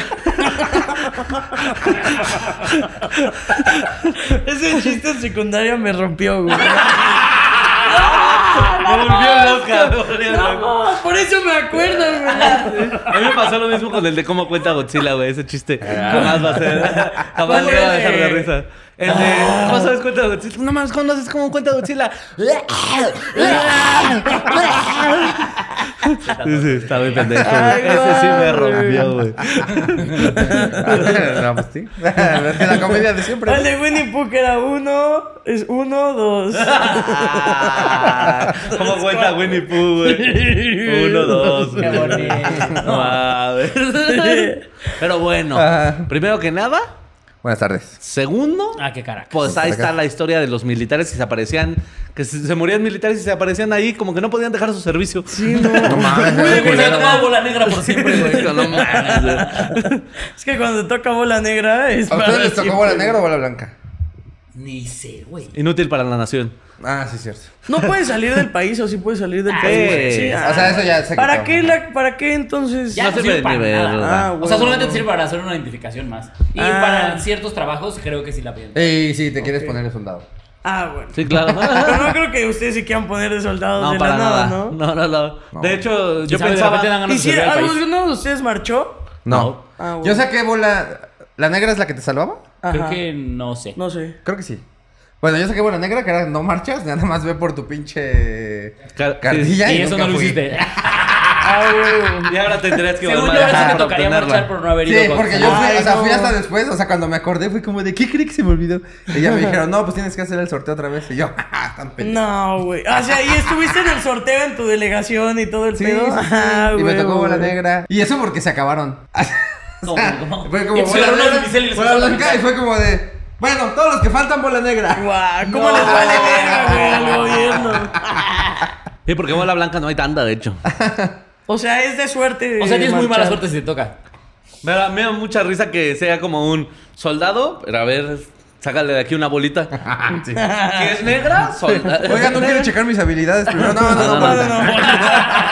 S3: Ese chiste en secundaria me rompió, güey. Ah,
S4: Me volvió loca, me volvió loca.
S3: Por eso me acuerdo, güey.
S4: A mí me pasó lo mismo con el de cómo cuenta Godzilla, güey. Ese chiste jamás va a ser. Jamás
S3: ¿Cuál
S4: me va a
S3: es?
S4: dejar de risa. El de, ¿cómo sabes cuenta Godzilla? No mames, ¿cómo no sabes cómo cuenta Godzilla? Sí, sí, está muy pendejo. güey.
S3: Ay,
S4: Ese sí
S3: güey.
S4: me rompió, güey.
S2: No, pues sí. Es que la comedia de siempre.
S3: El de Winnie Pooh que era uno, es uno, dos.
S4: Ah, ¿Cómo cuenta Winnie Pooh, güey? Uno, dos.
S5: Qué
S4: güey.
S5: bonito.
S4: No mames. Pero bueno,
S2: Ajá.
S4: primero que nada,
S2: Buenas tardes.
S4: segundo,
S5: Ah, qué caraca.
S4: pues ahí está la historia de los militares que se aparecían, que se se morían militares y se aparecían ahí, como que no podían dejar su servicio. Sí, no.
S2: No mames,
S5: Güey,
S2: qué
S5: güey, se ha
S2: culero.
S5: tomado bola negra por siempre, güey.
S4: No mames, güey.
S3: Es que cuando te toca bola negra eh, es
S2: ¿A ustedes
S3: para
S2: les tocó
S3: siempre.
S2: bola negra o bola blanca?
S5: Ni sé, güey.
S4: Inútil para la nación.
S2: Ah, sí, cierto.
S3: No puedes salir del país o sí puedes salir del
S5: Ah,
S3: país.
S4: sí.
S3: Sí,
S4: O
S3: ah.
S2: sea, eso ya se
S3: ¿Para
S2: quitó.
S3: qué, la- ¿Para qué entonces?
S5: Ya
S4: No
S5: no,
S4: sirve
S5: sirve
S4: de
S5: para
S4: nivel,
S5: nada.
S4: ¿verdad?
S3: Ah,
S5: O sea,
S3: bueno.
S5: solamente te sirve para hacer una identificación más. Y
S3: Ah.
S5: para ciertos trabajos, creo que sí la piden.
S2: Y si te quieres poner el soldado.
S3: Ah, bueno.
S4: Sí, claro.
S3: Pero no creo que ustedes se quieran poner de soldados
S4: No,
S3: de la
S4: para
S3: nada,
S4: nada.
S3: ¿no?
S4: No, no, no. De hecho, yo
S5: ¿Quién sabe? De
S4: pensaba...
S5: repente dan ganas
S3: ¿Y
S5: de
S3: si
S5: salir del país.
S3: alguno de ustedes marchó?
S2: No.
S3: Ah, bueno.
S2: Yo saqué bola. ¿La negra es la que te salvaba?
S5: Creo
S3: Ajá.
S5: que no sé.
S3: No sé.
S2: Creo que sí. Bueno, yo saqué bola negra, que era no marchas, nada más ve por tu pinche
S4: Car-
S2: cartilla.
S5: Y eso
S2: nunca
S5: no lo
S2: fui.
S5: hiciste.
S4: Y ahora tendrías que
S5: Según yo,
S4: volver a
S5: ahora sí te
S4: dejar para
S5: tocaría
S4: obtenerla.
S5: marchar por no haber
S2: Sí,
S5: ido. con-
S2: porque yo fui,
S3: Ay,
S2: o sea, fui
S3: no.
S2: hasta después, o sea, cuando me acordé fui como de, ¿qué creí que se me olvidó? Y ya me dijeron, no, pues tienes que hacer el sorteo otra vez. Y yo, ah, tan pendejo.
S3: No, güey. Ah, O sea, y estuviste en el sorteo en tu delegación y todo el
S2: Sí, sí,
S3: pedo.
S2: sí.
S3: Ah,
S2: y me
S3: güey,
S2: tocó bola
S3: güey.
S2: negra. Y eso porque se acabaron.
S5: ¿Cómo? ¿Cómo?
S2: Fue como
S5: Y
S2: bola
S5: explotaron
S2: negra,
S5: los misiles y les
S2: bola
S5: cortaron la
S2: blanca y
S5: mitad.
S2: fue como de, bueno, todos los que faltan bola negra.
S3: Guau, ¿cómo
S2: No.
S3: les vale verga, güey, al gobierno?
S4: Sí, porque bola blanca no hay tanta, de hecho.
S3: O sea, es de suerte.
S5: O sea, tienes muy mala
S3: marchar.
S5: suerte si te toca.
S4: Me da, me da mucha risa que sea como un soldado, pero a ver, sácale de aquí una bolita.
S2: Sí.
S4: Si es negra, soldado.
S2: Oiga, ¿no quiere checar mis habilidades primero? No, no, no,
S4: No, no,
S2: bola
S4: no,
S2: negra.
S3: no.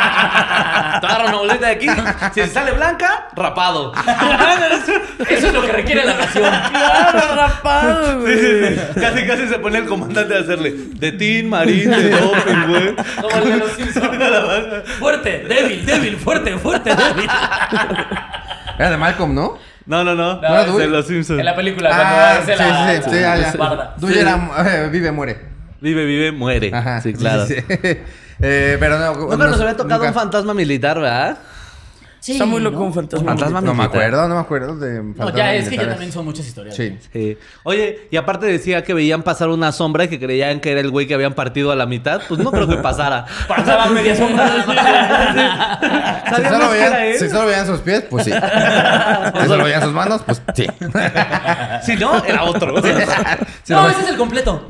S4: Te agarra una bolita de aquí. Si te sale blanca, rapado.
S5: Eso es lo que requiere la nación.
S3: Claro, rapado,
S4: Sí,
S3: güey.
S4: sí, sí. Casi, casi se pone el comandante a hacerle de tin, marín, de doping, güey.
S5: Como el de los Simpsons. Fuerte, débil, débil, fuerte, fuerte, débil.
S2: Era de Malcolm, ¿no?
S4: No, no,
S5: No,
S4: no. de
S2: Dewey.
S4: los Simpsons.
S5: En la película,
S2: Ah,
S5: cuando
S2: sí,
S5: hace la,
S2: sí, sí,
S5: la-
S2: ah,
S5: la
S2: ya.
S5: barda.
S2: Duy era, eh, vive, muere.
S4: Vive, vive, muere.
S2: Ajá.
S4: sí, claro.
S2: sí, sí. Eh, pero no.
S4: Nunca nos había tocado
S2: nunca.
S4: un fantasma militar, ¿verdad?
S3: Está muy loco un fantasma.
S4: Fantasma
S2: No me
S4: militar.
S2: acuerdo, no me acuerdo de
S5: No,
S2: fantasmas
S5: ya es que ya
S2: militares.
S5: también son muchas historias.
S2: Sí.
S4: Sí. Oye, y aparte decía que veían pasar una sombra y que creían que era el güey que habían partido a la mitad. Pues no creo que pasara.
S5: Pasaba media sombra.
S2: Si solo,
S4: Sabíamos que era
S2: veían,
S4: él.
S2: si solo veían sus pies, pues sí. Si solo veían sus manos, pues sí.
S4: Si no, era otro. Sí,
S2: Si
S5: No,
S2: lo-
S5: ese es el completo.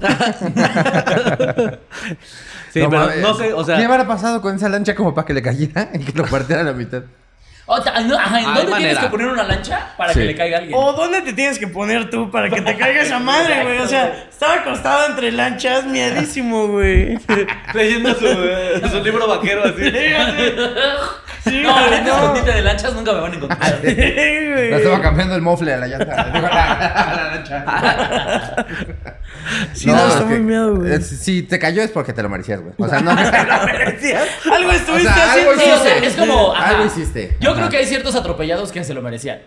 S4: pero
S2: mames.
S4: no sé, o sea...
S2: ¿Qué habrá pasado con esa lancha como para que le cayera y que lo partiera a la mitad?
S5: O sea, no, ajá, ¿En
S4: Hay
S5: dónde tienes
S4: manera.
S5: que poner una lancha para
S2: Sí. Oh,
S5: que le caiga a alguien?
S3: O dónde te tienes que poner tú para que te caiga esa madre, güey. O sea, estaba acostado entre lanchas, miedísimo, güey.
S4: Leyendo su, eh, su libro vaquero así.
S3: Sí,
S5: No,
S3: güey,
S5: ahorita
S3: no.
S5: escondite de lanchas nunca me van a
S2: Ah,
S5: encontrar.
S3: Sí, güey.
S2: La estaba cambiando el mofle a la llanta. Digo, a la- a la lancha.
S3: Sí, no, está muy miedo, güey.
S2: es- si te cayó es porque te lo merecías, güey. O sea, no.
S3: Algo estuviste
S2: O sea, algo
S3: haciendo.
S5: Sí, o sea, es como. ajá.
S2: Algo hiciste.
S5: Yo
S2: Ajá.
S5: creo que hay ciertos atropellados que se lo merecían.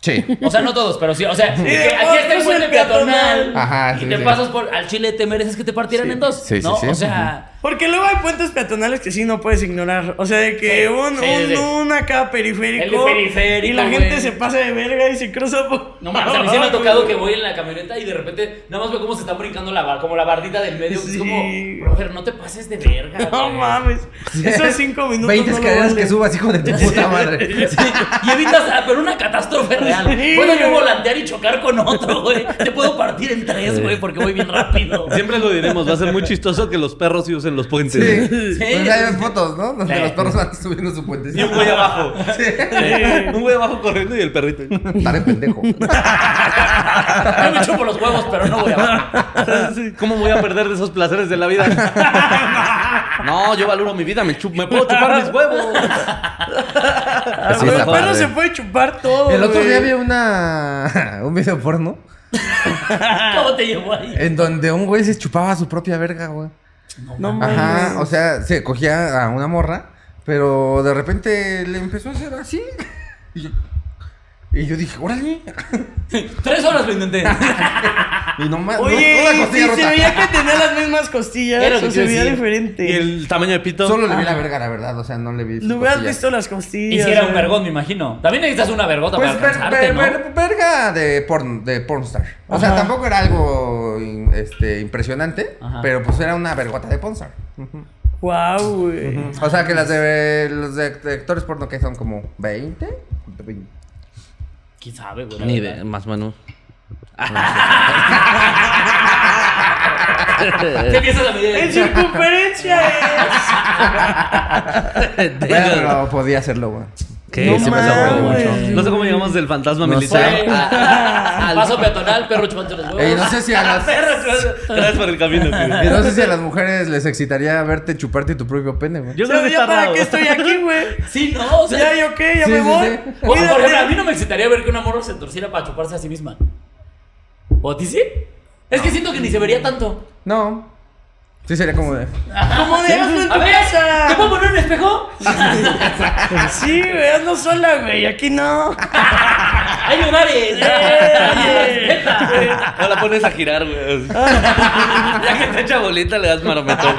S2: Sí.
S5: O sea, no todos, pero sí. O sea, que
S3: oh,
S5: aquí está
S3: es
S5: el puente
S3: el peatonal.
S5: peatonal.
S2: Ajá, sí,
S5: y te
S2: sí.
S5: pasas por. Al chile te mereces que te partieran
S2: Sí.
S5: en dos.
S2: Sí, sí,
S5: ¿no?
S2: sí.
S5: O sea.
S3: Porque luego hay puentes peatonales que sí no puedes ignorar. O sea, de que
S5: Sí,
S3: un,
S5: sí, sí,
S3: un,
S5: sí.
S3: un acá periférico.
S5: El periférico,
S3: Y la
S5: güey.
S3: gente se pasa de verga y se cruza por.
S5: No mames, a mí se me ha tocado que voy en la camioneta y de repente nada más veo cómo se está brincando la bar, como la bardita del medio. que
S3: Sí.
S5: Es como, brother, no te pases de verga.
S3: No
S5: güey".
S3: mames. Esos cinco minutos.
S2: 20
S3: no lo
S2: escaleras
S3: vale.
S2: que subas, hijo de tu puta madre.
S5: Sí, y evitas, ah, pero una catástrofe real.
S3: Sí,
S5: Puedo yo
S3: güey.
S5: volantear y chocar con otro, güey. Te puedo partir en tres, güey, porque voy bien rápido.
S4: Siempre lo diremos, va a ser muy chistoso que los perros sí usen los puentes.
S2: Sí.
S5: Sí.
S2: Pues hay fotos, ¿no? Donde
S5: Sí.
S2: los perros van subiendo su puentecito.
S4: Y un güey abajo.
S2: Sí.
S4: Un güey abajo corriendo y el perrito.
S2: Estaré pendejo.
S5: Yo me chupo los huevos, pero no voy a.
S4: ¿Cómo voy a perder de esos placeres de la vida? No, yo valoro mi vida, me, chup- me puedo chupar mis huevos.
S3: Ah,
S2: Sí, está
S3: güey, el perro
S2: padre.
S3: se puede chupar todo.
S2: El otro día
S3: güey.
S2: vi una un video porno
S5: ¿Cómo te llevo ahí?
S2: en donde un güey se chupaba su propia verga, güey.
S3: No
S2: Ajá, o
S3: mames.
S2: sea, se cogía a una morra, pero de repente le empezó a hacer así. Y yo, y yo dije, órale.
S5: Tres horas lo intenté.
S3: Ah,
S2: Y no más,
S3: Oye,
S2: una
S3: sí,
S2: costilla
S3: se
S2: rota.
S3: veía que tenía las mismas costillas.
S5: Era lo
S3: o
S5: que
S3: se
S5: quiero
S3: veía
S5: decir.
S3: diferente.
S4: Y el tamaño de pito.
S2: Solo le vi la verga, la verdad, o sea, no le vi. su
S3: ¿Lo hubieras
S2: costilla.
S3: visto las costillas?
S5: Hiciera un
S3: güey.
S5: vergón, me imagino. También necesitas una vergota
S2: Pues
S5: para
S2: ver-
S5: alcanzarte,
S2: ver-
S5: ¿no?
S2: ver- verga de, porn, de pornstar. O sea,
S3: Ajá.
S2: tampoco era algo in- este, impresionante,
S5: Ajá.
S2: pero pues era una vergota de pornstar.
S3: Guau, güey.
S2: O sea, que las de los de, de actores porno que son como 20. 20.
S5: ¿Quién sabe, güey? la
S4: Ni
S5: verdad.
S4: de más mano.
S5: ¿Qué piensas a mí?
S3: En circunferencia es.
S2: Bueno, pero podía hacerlo, güey.
S4: ¿Qué?
S3: No
S4: Se me hace muy
S3: mames.
S4: mucho. No sé cómo llegamos del fantasma
S2: No
S4: militar.
S5: Fue
S4: Ah,
S5: a- al paso peatonal, perro chupando los
S2: Ey, no
S5: huevos.
S2: sé si a las.
S4: Gracias por el camino,
S2: y
S4: tío.
S2: no sé si a las mujeres les excitaría verte chuparte tu propio pene, güey.
S4: Yo
S3: O sea,
S4: creo que
S3: ¿Ya
S4: está
S3: para
S4: raro.
S3: qué estoy aquí, güey?
S5: Sí, no, o sea.
S3: Ya, yo qué, ya
S2: Sí,
S3: me
S2: sí,
S3: voy.
S2: sí.
S5: O, por
S3: Cuídate.
S5: ejemplo, a mí no me excitaría ver que una morra se torciera para chuparse a sí misma. ¿O a ti sí? Es que siento que ni se vería tanto.
S2: No. Sí, sería como de.
S3: Como de hazlo en
S5: A
S3: tu
S5: ver,
S3: casa.
S5: ¿te puedo poner un espejo?
S3: Sí, güey, ando sola, güey. Aquí no.
S5: Hay lugares.
S3: Oye.
S4: O la pones a girar, güey. ya que te echa bolita, le das marometón.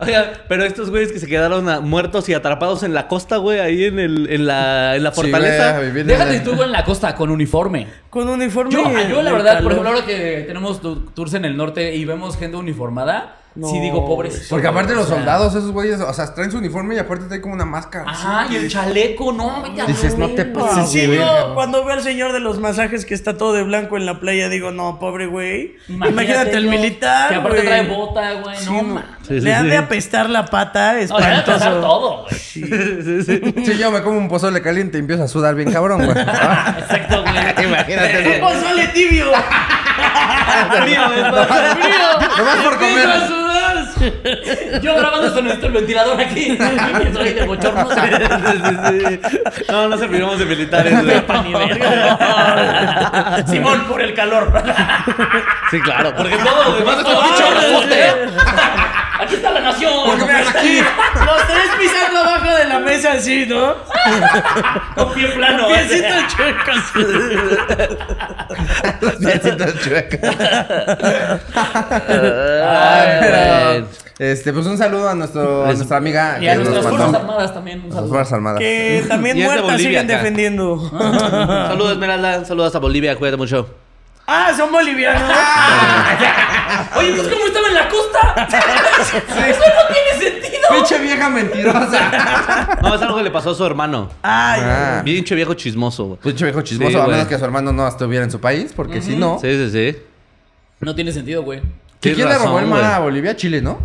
S4: Oiga, pero estos güeyes que se quedaron a- muertos y atrapados en la costa, güey, ahí en, el, en, la, en la
S2: Sí,
S4: fortaleza.
S2: güey, a vivir
S5: Déjate
S2: en la-
S5: tú en la costa con uniforme.
S3: Con uniforme.
S5: Yo,
S3: y el-
S5: yo la
S3: el
S5: verdad,
S3: calor.
S5: por ejemplo, ahora que tenemos tu- tours en el norte y vemos gente uniformada,
S3: No,
S5: sí digo pobres.
S2: Porque aparte los
S5: O sea,
S2: soldados, esos güeyes, o sea, traen su uniforme y aparte traen como una máscara.
S5: Ajá, y el chaleco, no, vete a
S2: Dices, no te
S3: Wow,
S2: pases de
S3: sí,
S2: verga,
S3: yo
S2: güey.
S3: cuando veo al señor de los masajes que está todo de blanco en la playa, digo, no, pobre güey. Imagínate, el
S5: yo,
S3: militar.
S5: Que aparte
S3: güey.
S5: trae bota, güey.
S3: Sí,
S5: no,
S3: no.
S5: mames.
S4: Sí, sí,
S3: Le han
S4: sí.
S3: de apestar la pata,
S5: O sea, debe pasar
S3: espantoso.
S5: todo, güey.
S2: Si yo me como un pozole caliente y empiezo a sudar bien cabrón, güey.
S5: Exacto, güey.
S2: Imagínate.
S3: Un pozole Pues tibio.
S2: Nomás por comer.
S5: Empiezo a sudar. Yo grabando esto necesito el ventilador aquí. Que soy de bochorno.
S4: Sí, sí, sí. No, no serviremos de militares, güey.
S5: Pa' ni verga. Simón, por el calor.
S4: Sí, claro, porque todo lo demás es como
S5: Chorrote. Aquí está la nación.
S2: Porque miras aquí.
S3: Los tres pisando abajo de la mesa así, ¿no?
S5: Con pie plano.
S3: Piecitos chuecos.
S2: Los piecitos chuecos.
S4: ¿eh?
S2: Ay,
S4: Ay,
S2: pero,
S4: güey.
S2: Este, pues un saludo a, nuestro, a nuestra amiga.
S5: Y a
S2: que nos
S5: nuestras
S2: mandó-
S5: fuerzas armadas también. Un
S2: a sus
S5: saludo.
S2: Fuerzas Armadas.
S3: Que también
S4: Y es de
S3: muertas
S4: Bolivia
S3: siguen
S4: acá.
S3: defendiendo.
S4: Saludos, Esmeralda. Saludos a Bolivia. Cuídate mucho.
S3: Ah, son bolivianos.
S4: Ah.
S5: Oye, entonces, ¿cómo estaba en la costa? Eso no tiene sentido.
S2: Pinche vieja mentirosa.
S4: No, es algo que le pasó a su hermano.
S3: Ay,
S2: Ah,
S4: Pinche viejo chismoso, güey.
S2: Pues, Pinche viejo chismoso,
S4: Sí,
S2: a
S4: güey.
S2: menos que su hermano no estuviera en su país, porque si no.
S4: Sí, sí, sí.
S5: No tiene sentido, güey.
S2: ¿Que
S4: Tienes
S2: ¿Quién le robó
S4: razón,
S2: el mar
S4: güey.
S2: a Bolivia? Chile, ¿no?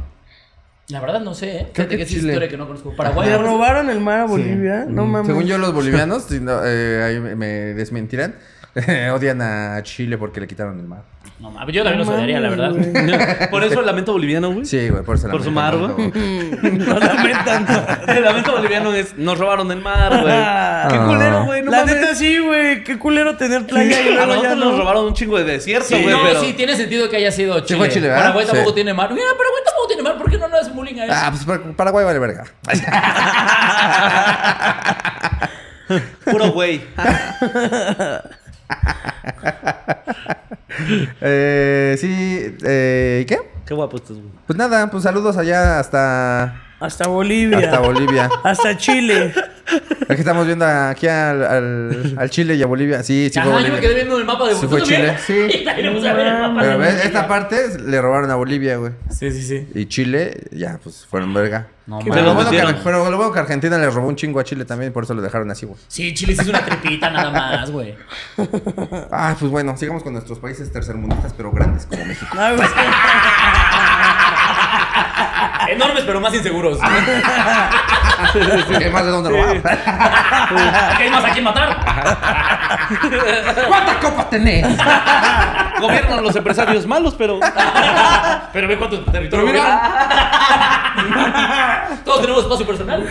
S5: La verdad no sé, ¿eh?
S2: Creo
S5: Fíjate
S2: que
S5: que es
S2: Chile.
S5: historia que no conozco. Paraguay.
S3: ¿le
S5: ¿no?
S3: robaron el mar a Bolivia? No
S2: Mm,
S3: mames.
S2: Según yo, los bolivianos, si no, eh, ahí me me desmentirán, Odian a Chile porque le quitaron el mar.
S5: No mames, yo también los odiaría, la verdad.
S3: Mames, güey.
S4: Por eso el lamento boliviano, güey.
S2: Sí, güey, por eso la
S4: Por su mar,
S2: lamentan
S4: güey.
S2: tanto.
S3: No lamentan.
S4: El lamento boliviano es nos robaron el mar, güey. Qué
S2: Ah.
S4: culero, güey. No
S3: la
S4: mames.
S3: neta sí, güey. Qué culero tener playa y
S4: A
S3: luego ya
S4: nosotros nos
S3: no.
S4: robaron un chingo de desierto,
S5: Sí,
S4: güey,
S5: no,
S4: pero
S5: sí, tiene sentido que haya sido Chile.
S2: fue Chile, ¿verdad?
S5: Paraguay tampoco
S2: Sí.
S5: tiene mar. Mira, Paraguay tampoco tiene mar. ¿Por qué no le hacen bullying a eso?
S2: Ah, pues Par- Paraguay vale verga.
S4: puro güey.
S2: Eh, sí, eh, ¿y qué?
S4: Qué guapo estás, güey.
S2: Pues nada, pues saludos allá hasta,
S3: Hasta Bolivia.
S2: hasta Bolivia.
S3: Hasta Chile.
S2: Aquí estamos viendo aquí al, al, al Chile y a Bolivia. Sí, sí,
S5: Ajá,
S2: fue
S5: yo me
S2: Bolivia.
S5: quedé viendo el mapa de
S2: Sí fue
S5: ¿Tú también?
S2: Chile, sí.
S5: Y también vamos a ver el mapa de
S2: Pero ves, esta
S5: Bolivia.
S2: parte le robaron a Bolivia, güey.
S5: Sí, sí, sí.
S2: Y Chile, ya, pues fueron verga.
S5: No
S2: pero, lo
S4: mames.
S2: bueno que,
S4: metieron.
S2: pero lo bueno que Argentina le robó un chingo a Chile también, por eso lo dejaron así, güey.
S5: Sí, Chile sí es una tripita nada más, güey.
S2: Ah, pues bueno, sigamos con nuestros países tercermundistas, pero grandes como México.
S3: No, güey.
S5: Enormes, pero más inseguros.
S2: Ah,
S5: Aquí
S2: ¿Qué más de dónde robar?
S5: hay más a quien matar.
S2: ¿Cuántas copas tenés?
S4: Gobiernan los empresarios malos, pero
S5: Pero ve cuánto
S2: Pero
S5: territorio.
S2: mira,
S5: güey. Todos tenemos espacio personal.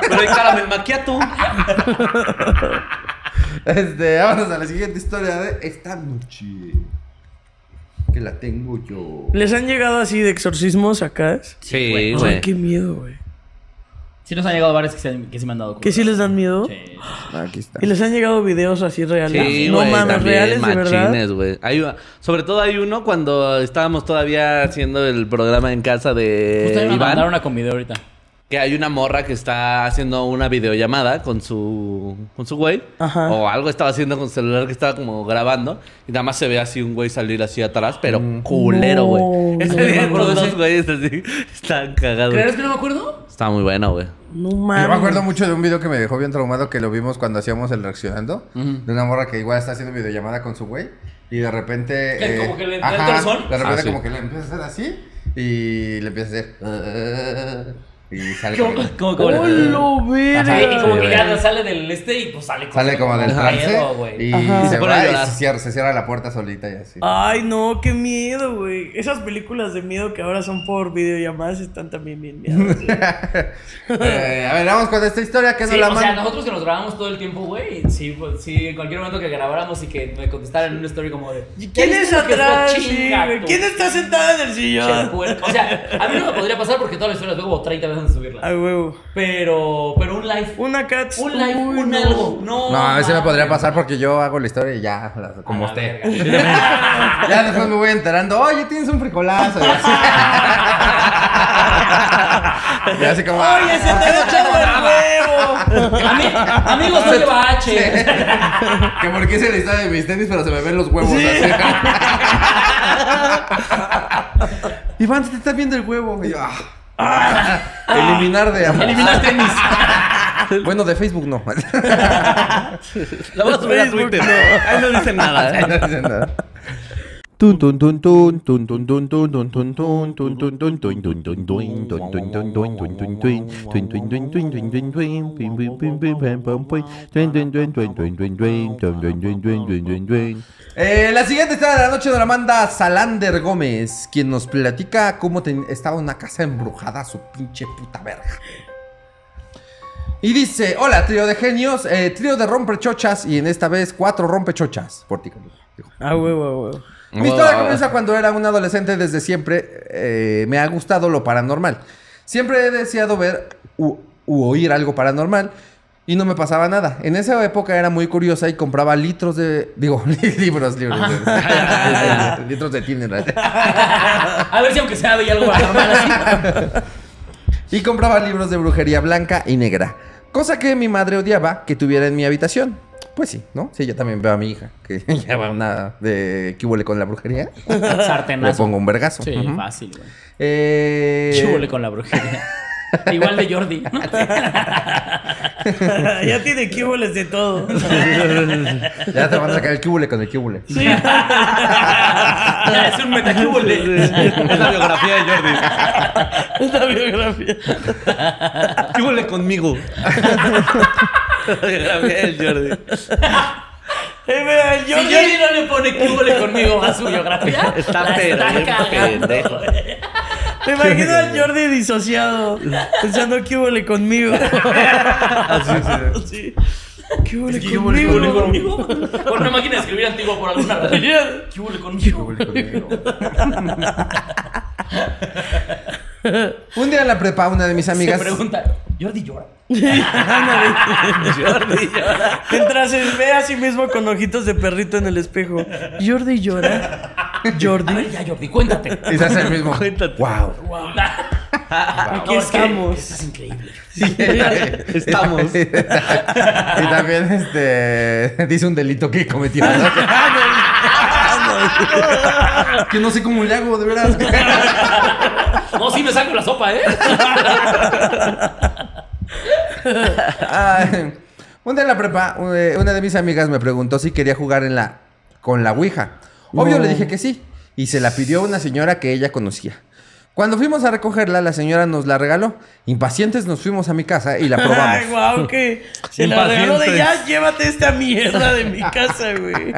S4: pero encárame el maquiato.
S2: este, vámonos a la siguiente historia de esta noche. Que la tengo yo.
S3: ¿Les han llegado así de exorcismos acá?
S4: Sí,
S3: Ay, qué miedo, güey.
S5: Sí nos han llegado varios que se, han- que sí me han dado
S3: ¿Que sí les dan miedo?
S5: Sí.
S2: Aquí está.
S3: Y les han llegado videos así reales.
S4: Sí,
S3: no
S4: güey,
S3: mames,
S4: también,
S3: reales de verdad.
S4: machines, güey. Hay una- sobre todo hay uno cuando estábamos todavía haciendo el programa en casa
S3: Eh,
S5: Ustedes
S4: de
S5: me
S4: Iván,
S5: mandaron una con video ahorita.
S4: que hay una morra que está haciendo una videollamada con su con su güey
S3: Ajá.
S4: o algo estaba haciendo con su celular que estaba como grabando y nada más se ve así un güey salir así atrás, pero culero,
S3: No,
S4: güey.
S3: no
S4: Ese
S3: me
S4: día
S5: acuerdo de
S4: todos
S5: ese.
S4: esos güeyes así están cagados.
S5: ¿Crees que no me acuerdo?
S4: Está muy bueno, güey.
S3: No
S2: Yo
S3: mames.
S2: me acuerdo mucho de un video que me dejó bien traumado que lo vimos cuando hacíamos el reaccionando. De una morra que igual está haciendo videollamada con su güey. Y de repente.
S5: Que
S2: eh,
S5: como que le da el corazón.
S2: De repente,
S4: Ah, sí.
S2: como que le empieza a hacer así. Y le empieza a hacer. "Ah", Y sale
S5: ¿Cómo-
S2: como.
S5: cómo- cómo le-
S3: ¡Holo, verga!
S5: Sí, y como
S2: Sí,
S5: que
S2: güey.
S5: ya sale del este y pues sale
S2: Sale como del
S5: Ajá.
S2: trance.
S5: Miedo, güey.
S2: Y
S3: Ajá. Ah.
S2: se
S4: Se pone
S2: va
S4: a
S2: y
S4: llorar.
S2: se cierra, se cierra la puerta solita y así.
S3: Ay, no, qué miedo, güey. Esas películas de miedo que ahora son por videollamadas están también bien miedo.
S2: Eh, a ver, vamos con esta historia que es
S5: Sí,
S2: la
S5: o
S2: man-
S5: sea, nosotros que nos grabábamos todo el tiempo, güey. Sí, pues, sí, en cualquier momento que grabáramos y que me contestaran en una story como de.
S3: ¿Quién es atrás?
S5: Chinga
S3: Sí,
S5: tu
S3: güey. ¿Quién está sentada en el
S5: pinche
S3: sillón?
S5: puerco. O sea, a mí no me podría pasar porque todas las historias luego 30 veces de
S3: Ay,
S5: subirlas.
S3: huevo.
S5: Pero, pero un live.
S3: Una cat.
S5: Un live,
S3: Uy,
S5: un
S3: no.
S5: algo. No,
S2: No, a mí se me
S5: mames. Ah,
S2: podría pasar porque yo hago la historia y ya, la-
S5: A
S2: como
S5: la
S2: usted.
S5: verga.
S2: Ya después me voy enterando, oye, tienes un frijolazo. Y así, Y así como. "Ah,
S3: ¡Oye, se te ha echado el huevo!
S5: A mí, amigos, no lleva H.
S2: que porque hice la historia de mis tenis, pero se me ven los huevos. así. Iván, se te está viendo el huevo. Y yo, ah. Eliminar de amor.
S5: Eliminar tenis.
S2: Bueno, de Facebook no.
S4: La voy a subir a Twitter. Ahí no dicen nada. ¿eh?
S2: No dicen nada.
S6: Tun, tun, tun, tun, tun, tun, tun, tun, tun, tun, tun, tun, tun, tun, tun, tun, tun, tun, tun, tun, tun, tun, tun, tun, tun, tun, tun, tun, tun, tun, tun, tun, pim, pim, pim, pim, pam, pam, pum, tun, tun, tun, tun, tun, tun, tun, tun, tun, tun, tun, tun, tun, tun.
S2: Eh, la siguiente historia de la noche nos la manda Salander Gómez, quien nos platica cómo ten- estaba una casa embrujada a su pinche puta verga. Y dice, hola trío de genios, eh, trío de rompechochas y en esta vez cuatro rompechochas. Por ti, Camilo.
S3: Ah, huevo, a huevo.
S2: Mi historia comienza cuando era un adolescente. Desde siempre eh, me ha gustado lo paranormal. Siempre he deseado ver u, u oír algo paranormal y no me pasaba nada. En esa época era muy curiosa y compraba litros de. Digo, libros, libros. litros de Tinder.
S5: A ver si aunque sea veía algo paranormal así.
S2: Y compraba libros de brujería blanca y negra. Cosa que mi madre odiaba que tuviera en mi habitación. Pues sí, ¿no? Sí, yo también veo a mi hija que lleva una de. ¿Qué huele con la brujería? Le
S5: Sartenazo.
S2: pongo un vergazo.
S5: Sí,
S2: Ujú.
S5: fácil, güey.
S2: Eh,
S5: Chúbole con la brujería. Igual de Jordi. ¿no?
S3: ya tiene cuboles de todo.
S2: Ya te van a sacar el cúbule con el cúbule.
S3: Sí.
S5: es un metacúbole.
S4: Es la biografía de Jordi.
S3: Es la biografía.
S4: ¿Qué huele conmigo? La biografía del Jordi.
S3: Eh, vea, el
S5: Si
S3: Jordi-
S5: Jordi no le pone que hubo le conmigo a su biografía,
S4: Está
S5: la
S4: pero bien
S5: está cagando.
S4: pendejo.
S3: Me imagino al Jordi disociado, pensando que huele conmigo.
S2: eh.
S3: Sí. ¿Qué huele
S5: ¿Qué hubo le conmigo?
S3: conmigo?
S5: Con una máquina de escribir antigua por alguna razón. ¿Qué hubo le conmigo?
S2: Un día en la prepa, una de mis
S5: Se
S2: amigas.
S5: pregunta, Jordi llora.
S3: Mientras se ve a sí mismo con ojitos de perrito en el espejo. Jordi llora.
S5: A
S3: Jordi.
S5: ver, ya Jordi, cuéntate.
S2: Y se hace el mismo. ¡Wow!
S5: Wow.
S3: Aquí estamos.
S5: Es increíble.
S4: Estamos.
S2: y también este dice un delito que cometió. que no sé cómo le hago, de veras.
S5: No, sí me saco la sopa, ¿eh?
S2: Ah, un día en la prepa, eh, una de mis amigas me preguntó si quería jugar en la con la Ouija. Obvio le dije que sí. Y se la pidió a una señora que ella conocía. Cuando fuimos a recogerla, la señora nos la regaló. Impacientes nos fuimos a mi casa y la
S3: Ay,
S2: probamos.
S3: guau, que se la regaló de ya, llévate esta mierda de mi casa, güey.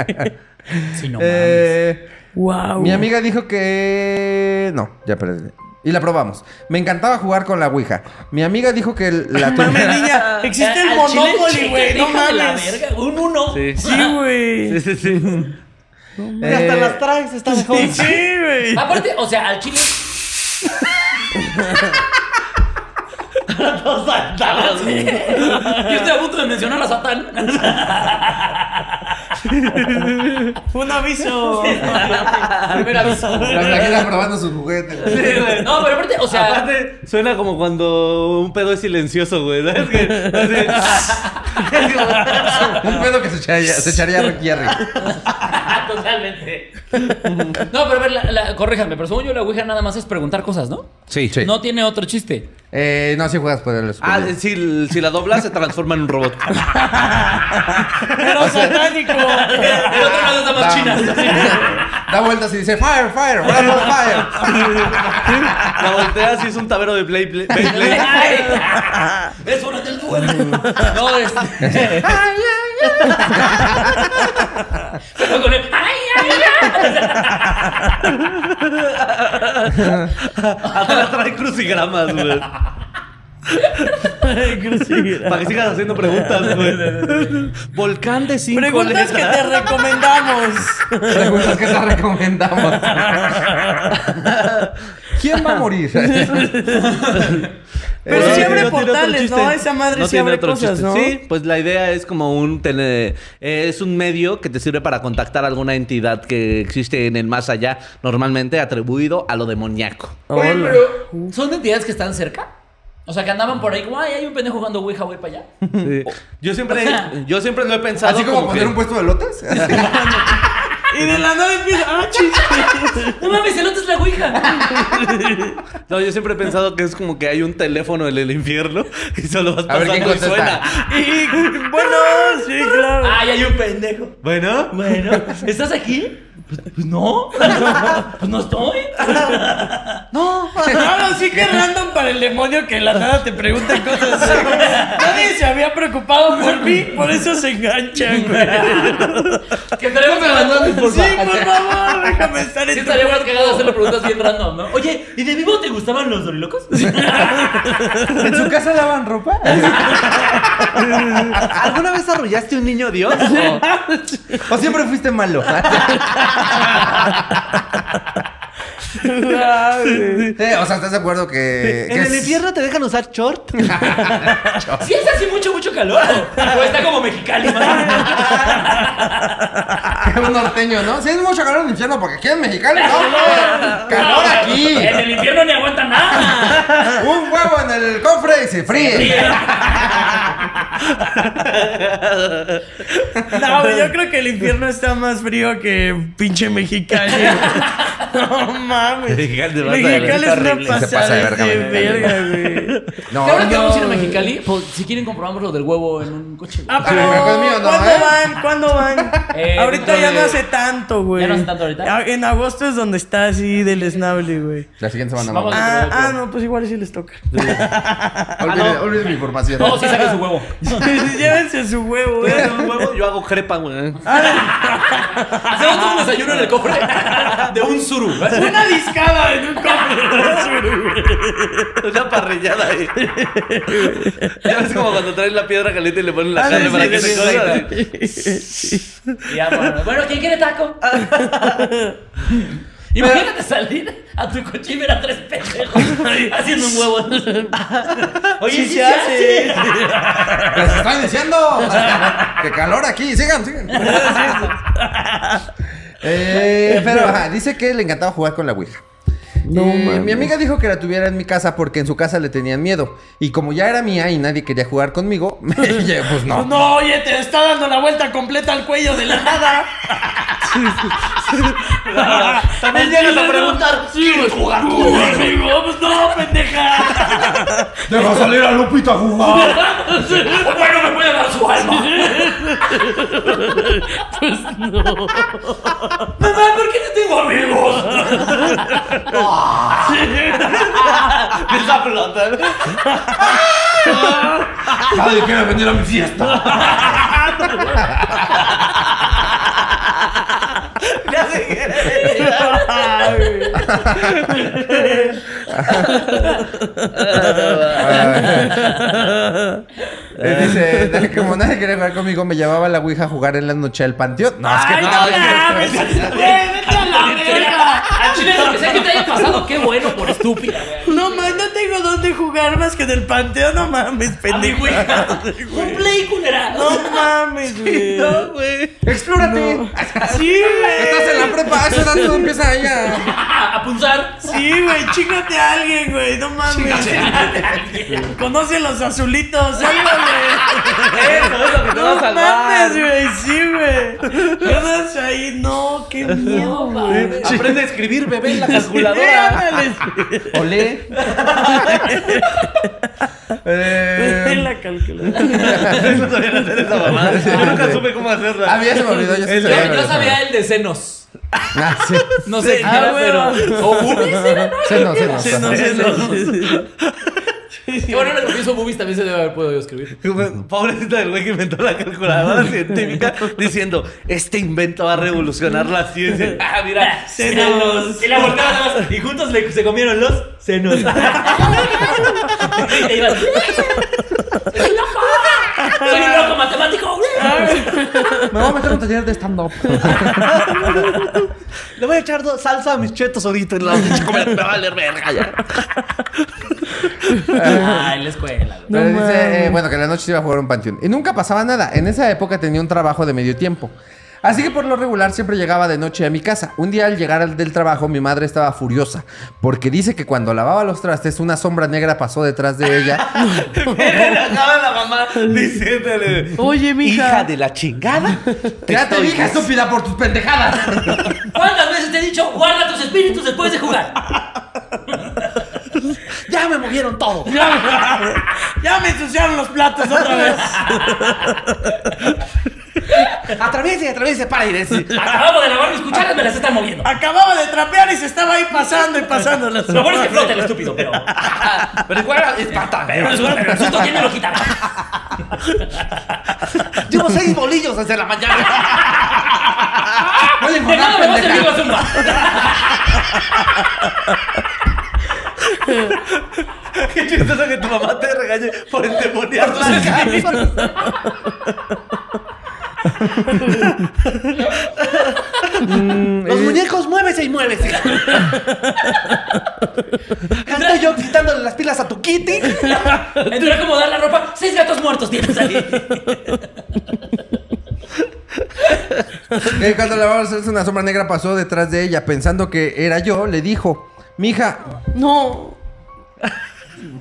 S5: Sí, no
S2: Eh,
S3: Wow.
S2: Mi amiga dijo que. No, ya perdí. Y la probamos. Me encantaba jugar con la Ouija. Mi amiga dijo que la
S3: Mames,
S2: tuviera.
S3: niña, existe el
S5: Al chile,
S3: Monopoly,
S5: checa,
S3: güey, no
S5: déjame la
S3: mames.
S5: verga, Un uno.
S4: Sí.
S3: Sí, güey.
S4: sí, sí.
S2: Eh,
S4: Hasta las traes, está mejor.
S3: Sí, güey.
S5: Aparte, o sea, al chile. Los Satanás. Yo estoy a punto de mencionar a Satán.
S3: Un aviso.
S5: Primer aviso.
S2: La flaquita probando sus juguetes.
S5: No, pero aparte, o sea.
S4: Aparte, suena como cuando un pedo es silencioso, güey. ¿Sabes qué? Así-
S2: Un pedo que se echaría, se echaría Ricky Jerry.
S5: Totalmente. No, pero a ver, la, la- corríjame, pero según yo la Ouija nada más es preguntar cosas, ¿no?
S2: Sí, sí.
S5: No tiene otro chiste.
S2: Eh, no, si juegas por el
S4: Ah, si, si la doblas se transforma en un robot.
S3: Pero satánico.
S5: El otro lado está más china.
S2: Da vueltas y dice: Fire, fire, bravo, fire.
S4: La volteas y es un tablero de play, play, play, play.
S5: Es hora del duelo. No, es. Pero con el. ¡Ay, ay, ay!
S4: Atrás trae crucigramas, güey. Para que sigas haciendo preguntas, güey. Volcán de cinco
S3: Preguntas que te
S4: letras.
S3: recomendamos.
S2: Preguntas que te recomendamos. ¿Quién va a morir?
S3: Pero
S4: Eh,
S3: sí abre
S4: no tiene otro
S3: portales,
S4: chiste.
S3: ¿no? Esa madre sí
S4: tiene
S3: abre
S4: otro
S3: cosas, ¿no?
S4: Sí, pues la idea es como un tele- eh, es un medio que te sirve para contactar a alguna entidad que existe en el más allá, normalmente atribuido a lo demoníaco.
S5: Oye, pero. ¿Son entidades que están cerca? O sea, que andaban por ahí como, ay, hay un pendejo jugando Ouija, voy para allá.
S4: Sí. Yo siempre yo siempre lo he pensado
S2: Así como, poner
S4: que-
S2: un puesto de lotes. Así.
S3: Y de la nada empieza. ¡Ah, chiste!
S5: No mames, el otro es la Ouija.
S4: No, yo siempre he pensado que es como que hay un teléfono en el infierno y solo vas
S2: A ver,
S4: pasando
S2: ¿quién
S4: y suena.
S2: contesta?
S3: Y bueno, sí, claro.
S5: Ay, hay un pendejo.
S4: Bueno,
S5: Bueno, ¿estás aquí? Pues, pues no. Pues no estoy.
S3: Ahora sí que random para el demonio que de la nada te preguntan cosas así. Nadie se había preocupado por mí, por eso se enganchan, güey.
S5: Que estaría muy cagado.
S3: Sí, por favor, déjame estar
S5: Sí,
S3: en tu
S5: estaría más cagado hacerle preguntas bien random, ¿no? Oye, ¿y de vivo te gustaban los dorilocos?
S2: ¿En su casa lavan ropa?
S4: ¿alguna vez arrullaste un niño Dios?
S2: ¿O siempre fuiste malo?
S3: ciudad, güey.
S2: Eh, o sea, ¿estás de acuerdo que.? que
S4: ¿En el
S2: es-
S4: infierno te dejan usar short?
S5: Si es así mucho, mucho calor. O está como mexicali, man.
S2: que un norteño, ¿no? Si es mucho calor en el infierno, porque aquí en Mexicali, ¿no? Calor aquí.
S5: En el infierno ni aguanta nada.
S2: Un huevo en el cofre y se fríe.
S3: No, güey, yo creo que el infierno está más frío que pinche mexicano. No mames.
S4: Legal de
S3: Legal es una
S2: Se pasa
S3: pasada
S2: de
S3: de
S2: verga,
S3: verga, güey.
S2: No,
S5: ahora que
S2: no.
S5: vamos a ir a Mexicali, pues, si quieren comprobamos lo del huevo en un coche. güey.
S3: Ah,
S2: Sí, pero
S3: pero
S2: conmigo no,
S3: ¿cuándo
S2: ¿eh?
S3: van? ¿Cuándo van?
S5: Eh,
S3: ahorita
S5: dentro
S3: ya
S5: de-
S3: no hace tanto, güey.
S5: ¿Ya no hace tanto ahorita?
S3: Ah, En agosto es donde está así del esnable, güey.
S2: La siguiente semana
S5: Vamos.
S2: vamos.
S3: Ah,
S5: pero-
S3: ah, no, pues igual sí les toca.
S2: Olviden, olviden mi información.
S5: No, sí saquen su huevo.
S3: Llévense su huevo, güey.
S4: Yo hago crepa, güey.
S5: Hacemos un desayuno en el cofre de un suru. Una discada en un cofre.
S4: Una parrillada ahí. ya ves como cuando traen la piedra caliente y le ponen la
S3: Ah,
S4: carne
S3: sí,
S4: para
S3: sí,
S4: que
S3: sí,
S4: se
S3: sí,
S4: caiga.
S5: Ya, bueno. Bueno, ¿quién quiere taco? Imagínate salir a tu coche y ver a tres pendejos haciendo un huevo. Oye,
S3: Sí se hace.
S2: Les estoy diciendo. que calor aquí. Sigan, sigan. Eh, pero ajá, dice que le encantaba jugar con la Ouija. Eh, mi amiga dijo que la tuviera en mi casa porque en su casa le tenían miedo. Y como ya era mía y nadie quería jugar conmigo, me- pues no.
S5: No, oye, te está dando la vuelta completa al cuello de la nada.
S4: También llegas a
S5: preguntar, sí, güey, jugar conmigo. Pues no, pendeja.
S2: Deja salir a Lupita a jugar.
S5: O bueno, me puede dar su alma. Pues no. Mamá, ¿por qué no tengo amigos?
S4: Esa pelota.
S2: Nadie quiere venir a mi fiesta. Eh, dice, de- como nadie quería jugar conmigo, me llevaba la Ouija a jugar en la noche al panteón. No, es que
S5: Ay,
S2: no.
S5: no
S2: es que-
S5: mames. Al chile, lo que sea que te haya pasado, qué bueno por estúpida, güey.
S3: No mames, no tengo dónde jugar más que en el panteón, no mames,
S5: A mi
S3: pendejo.
S5: güey. Un play, culera.
S3: No mames, güey.
S4: No, güey.
S5: Ah,
S2: Explórate.
S3: Sí,
S2: Estás en
S3: güey.
S2: la prepa, a esa edad todo empieza ahí a...
S5: A a punzar.
S3: Sí, güey, chingate a alguien, güey, no mames. Conoce a los azulitos, algo, güey.
S4: Eso es lo que te va a
S3: No
S4: salvar.
S3: mames, güey, sí, güey. Quedas ahí, no, qué miedo,
S5: No,
S3: güey.
S5: mames.
S4: Aprende a escribir, bebé, en la calculadora.
S3: Ándale,
S2: Olé.
S3: sí,
S2: Eh,
S3: la calculadora.
S4: Yo todavía no sé esa mamada. Yo nunca supe cómo hacerla.
S2: a mí Ah, ya se me olvidó. Yo, sí
S4: El-
S5: Yo,
S2: sabía
S5: yo
S2: eso.
S5: sabía el de senos.
S2: Ah, sí.
S5: No sé qué era,
S3: Ah,
S5: pero. O boobies era, ¿no?
S2: Se nos, se nos.
S3: Sí, no,
S2: ajá.
S3: sí, no, sí, sí.
S5: Y bueno, ahora que pienso, boobies también se debe haber podido escribir.
S4: Pobrecita del güey que inventó la calculadora científica diciendo, este invento va a revolucionar la ciencia.
S5: Ah, mira,
S3: Senos.
S5: Y la volteaban nada más. Y juntos le- se comieron los senos. y te ibas. ¡Soy loco! ¡Soy un loco matemático!
S2: Me voy a meter a un taller de stand-up.
S4: Le voy a echar do- salsa a mis chetos ahorita en la noche. como Me va a valer verga ya.
S5: Ay, Ah, la escuela, güey.
S2: Pero dice, eh, bueno, que en la noche se iba a jugar un panteón. Y nunca pasaba nada. En esa época tenía un trabajo de medio tiempo. Así que por lo regular siempre llegaba de noche a mi casa. Un día al llegar al del trabajo mi madre estaba furiosa porque dice que cuando lavaba los trastes una sombra negra pasó detrás de ella.
S4: Acaba la mamá diciéndole.
S3: Oye, mija.
S4: Hija de la chingada.
S2: ya te dije estúpida por tus pendejadas.
S5: ¿Cuántas veces te he dicho, guarda tus espíritus después de jugar?
S4: Ya me movieron todo.
S3: Ya me, ya me ensuciaron los platos otra vez.
S4: Atraviesa y atraviesa para y decir.
S5: Acabamos de lavar mis cucharas, me las están moviendo.
S3: Acababa de trapear y se estaba ahí pasando y pasando las
S5: Lo bueno es que flota el estúpido, pero.
S4: Pero igual es pata.
S5: Pero el suelo, pero el susto, ¿quién me lo quita?
S4: Llevo seis bolillos desde la mañana.
S2: Oye,
S5: De nada me va a servir la
S2: pendeja.
S5: zumba.
S4: Qué chistoso que tu mamá te regañe por endemoniar la casa. Los muñecos, muévese y muévese. Ando yo quitándole las pilas a tu kitty.
S5: Entró a acomodar la ropa, seis gatos muertos tienes ahí.
S2: Eh, cuando lavaba los trastes una sombra negra pasó detrás de ella. Pensando que era yo, le dijo, mija,
S3: No.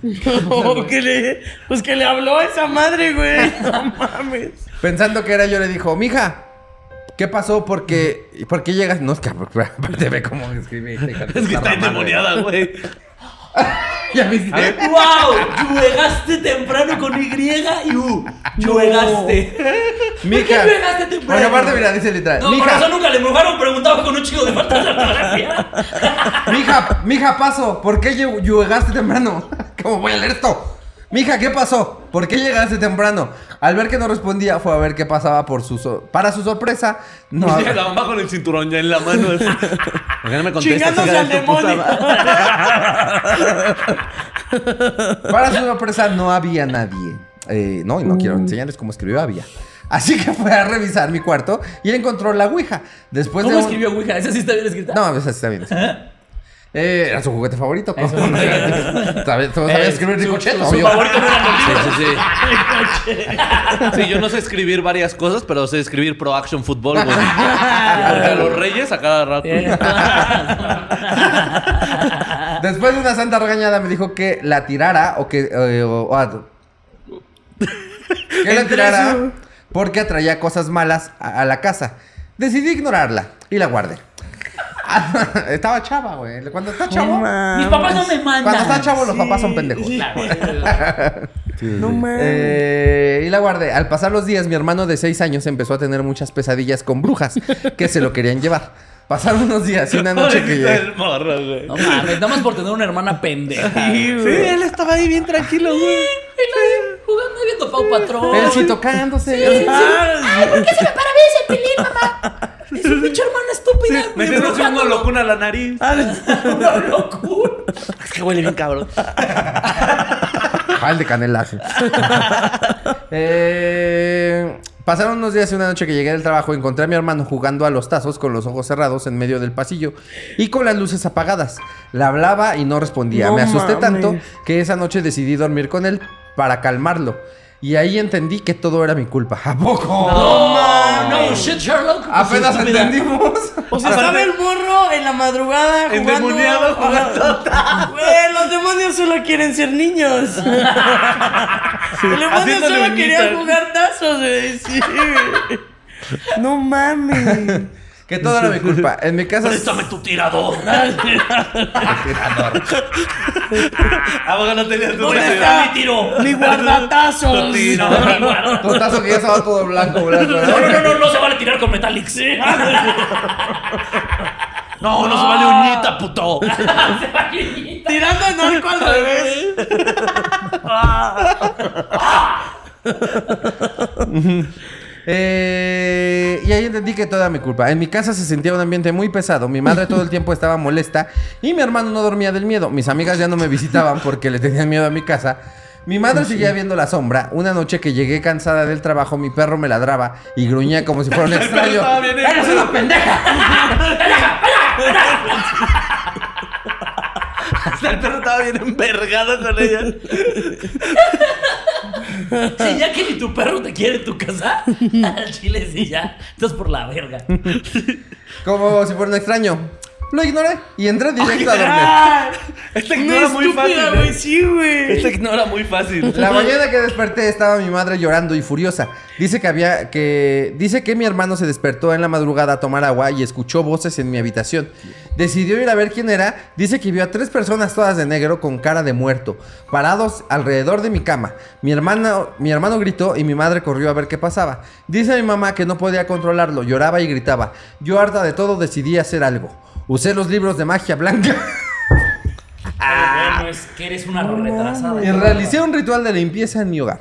S3: No, que le, pues que le habló a esa madre, güey. No mames.
S2: pensando que era yo, le dijo, mija, ¿Qué pasó? Porque, ¿por qué llegas? No, es que aparte ve cómo me este escribí.
S5: Es que está endemoniada, güey.
S2: ¿Ya viste?
S5: ¡Wow! Llegaste temprano con Y y U. Llegaste.
S2: Mija.
S5: ¿Por qué llegaste temprano?
S2: Bueno, aparte, mira, dice literal.
S5: No, por
S2: mija,
S5: eso nunca le empujaron, preguntaba con un chico de falta de ortografía.
S2: mija, mija, paso. ¿Por qué lle- llegaste temprano? ¿Cómo voy a leer esto? Mija, ¿qué pasó? ¿Por qué llegaste temprano? Al ver que no respondía, fue a ver qué pasaba por su so- para su sorpresa. No,
S4: Llega la mamá con el cinturón ya en la mano. así. ¿Por qué no me contestas?
S3: Chingándose
S4: hija
S3: al
S4: de tu puta
S3: demonio.
S4: madre?
S2: Para su sorpresa no había nadie. Eh, no, y no
S5: Mm.
S2: quiero enseñarles cómo escribió había. Así que fue a revisar mi cuarto y encontró la Ouija. Después
S5: ¿Cómo
S2: de un-
S5: escribió Ouija? ¿Esa sí está bien escrita?
S2: No, esa sí está bien. Eh, era su juguete favorito. ¿cómo? Sabía sabía escribir Ricochet, obvio.
S4: Sí, sí, sí. Sí, yo no sé escribir varias cosas, pero sé escribir Pro Action Football, güey. Porque a los reyes a cada rato.
S2: Después de una santa regañada me dijo que la tirara o que... eh, o- o- ah, que la tirara porque atraía cosas malas a, a la casa. Decidí ignorarla y la guardé. Estaba chava, güey. Cuando está chavo...
S5: Mis papás no me mandan.
S2: Cuando está chavo, los papás son pendejos.
S3: No mames.
S2: Eh, y la guardé. Al pasar los días, mi hermano de 6 años empezó a tener muchas pesadillas con brujas que se lo querían llevar. Pasaron unos días y una noche que
S4: Pobrecito
S2: llegué.
S4: del morro, güey.
S5: No mames, nada más por tener una hermana pendeja.
S3: Sí,
S4: Sí,
S3: güey.
S4: él estaba ahí bien tranquilo, güey.
S5: Jugando y viendo Pau Patrón.
S2: Él sí tocándose.
S3: Ah,
S5: ¿Por qué se me paraba ese pilín, mamá? Es un pinche hermana estúpida.
S4: Me
S5: me
S4: dio un locuna a la nariz.
S5: Una locura.
S4: Es que huele bien cabrón.
S2: Ah, el de canelazo. Eh, pasaron unos días y una noche que llegué del trabajo encontré a mi hermano jugando a los tazos con los ojos cerrados en medio del pasillo y con las luces apagadas. Le hablaba y no respondía.
S3: No
S2: Me asusté tanto
S3: mames.
S2: que esa noche decidí dormir con él para calmarlo. Y ahí entendí que todo era mi culpa. ¿A poco?
S5: No, no, shit, Sherlock.
S2: Apenas
S5: Estúpida.
S2: entendimos.
S3: O sea, estaba el morro en la madrugada jugando.
S4: Endemoniado jugando.
S3: Ajá. Güey, los demonios solo quieren ser niños. El demonio
S4: Haciéndole
S3: solo
S4: un
S3: quería
S4: imitar.
S3: jugar tazos, güey. Sí, güey. No mames.
S2: Que todo era mi culpa. En mi casa.
S5: Préstame tu tirador.
S4: ¿A poco no tenías tu
S5: ¿Dónde está mi tiro?
S3: Mi guardatazos.
S4: Tu tiro.
S2: Tu tazo que ya estaba todo blanco, blanco.
S5: No, no, no, no, no se vale tirar con Metallics. ¿eh?
S4: No, no se vale uñita, puto.
S5: Se vale niñita.
S3: Tirando en arco al revés.
S2: Eh, y ahí entendí que toda mi culpa. En mi casa se sentía un ambiente muy pesado. Mi madre todo el tiempo estaba molesta y mi hermano no dormía del miedo. Mis amigas ya no me visitaban porque le tenían miedo a mi casa. Mi madre seguía viendo la sombra. Una noche que llegué cansada del trabajo, mi perro me ladraba y gruñía como si fuera un extraño.
S4: estaba bien
S2: ¡Eres una pendeja!
S4: Hasta el perro estaba bien envergado con ella.
S5: Sí, ya que ni tu perro te quiere en tu casa, al chile sí ya. Estás por la verga.
S2: Como si fuera un extraño. Lo ignoré y entré directo a dormir.
S4: Esta
S3: No
S4: ignora muy
S3: estúpida,
S4: fácil.
S3: güey.
S4: ¿eh?
S3: Sí, güey.
S4: Esta ignora muy fácil.
S2: La mañana que desperté estaba mi madre llorando y furiosa. Dice que había que dice que mi hermano se despertó en la madrugada a tomar agua y escuchó voces en mi habitación. Decidió ir a ver quién era. Dice que vio a tres personas todas de negro con cara de muerto, parados alrededor de mi cama. Mi hermano, mi hermano gritó y mi madre corrió a ver qué pasaba. Dice mi mamá que no podía controlarlo, lloraba y gritaba. Yo harta de todo decidí hacer algo. Usé los libros de magia blanca.
S5: No es que eres una retrasada.
S2: Y realicé un ritual de limpieza en mi hogar.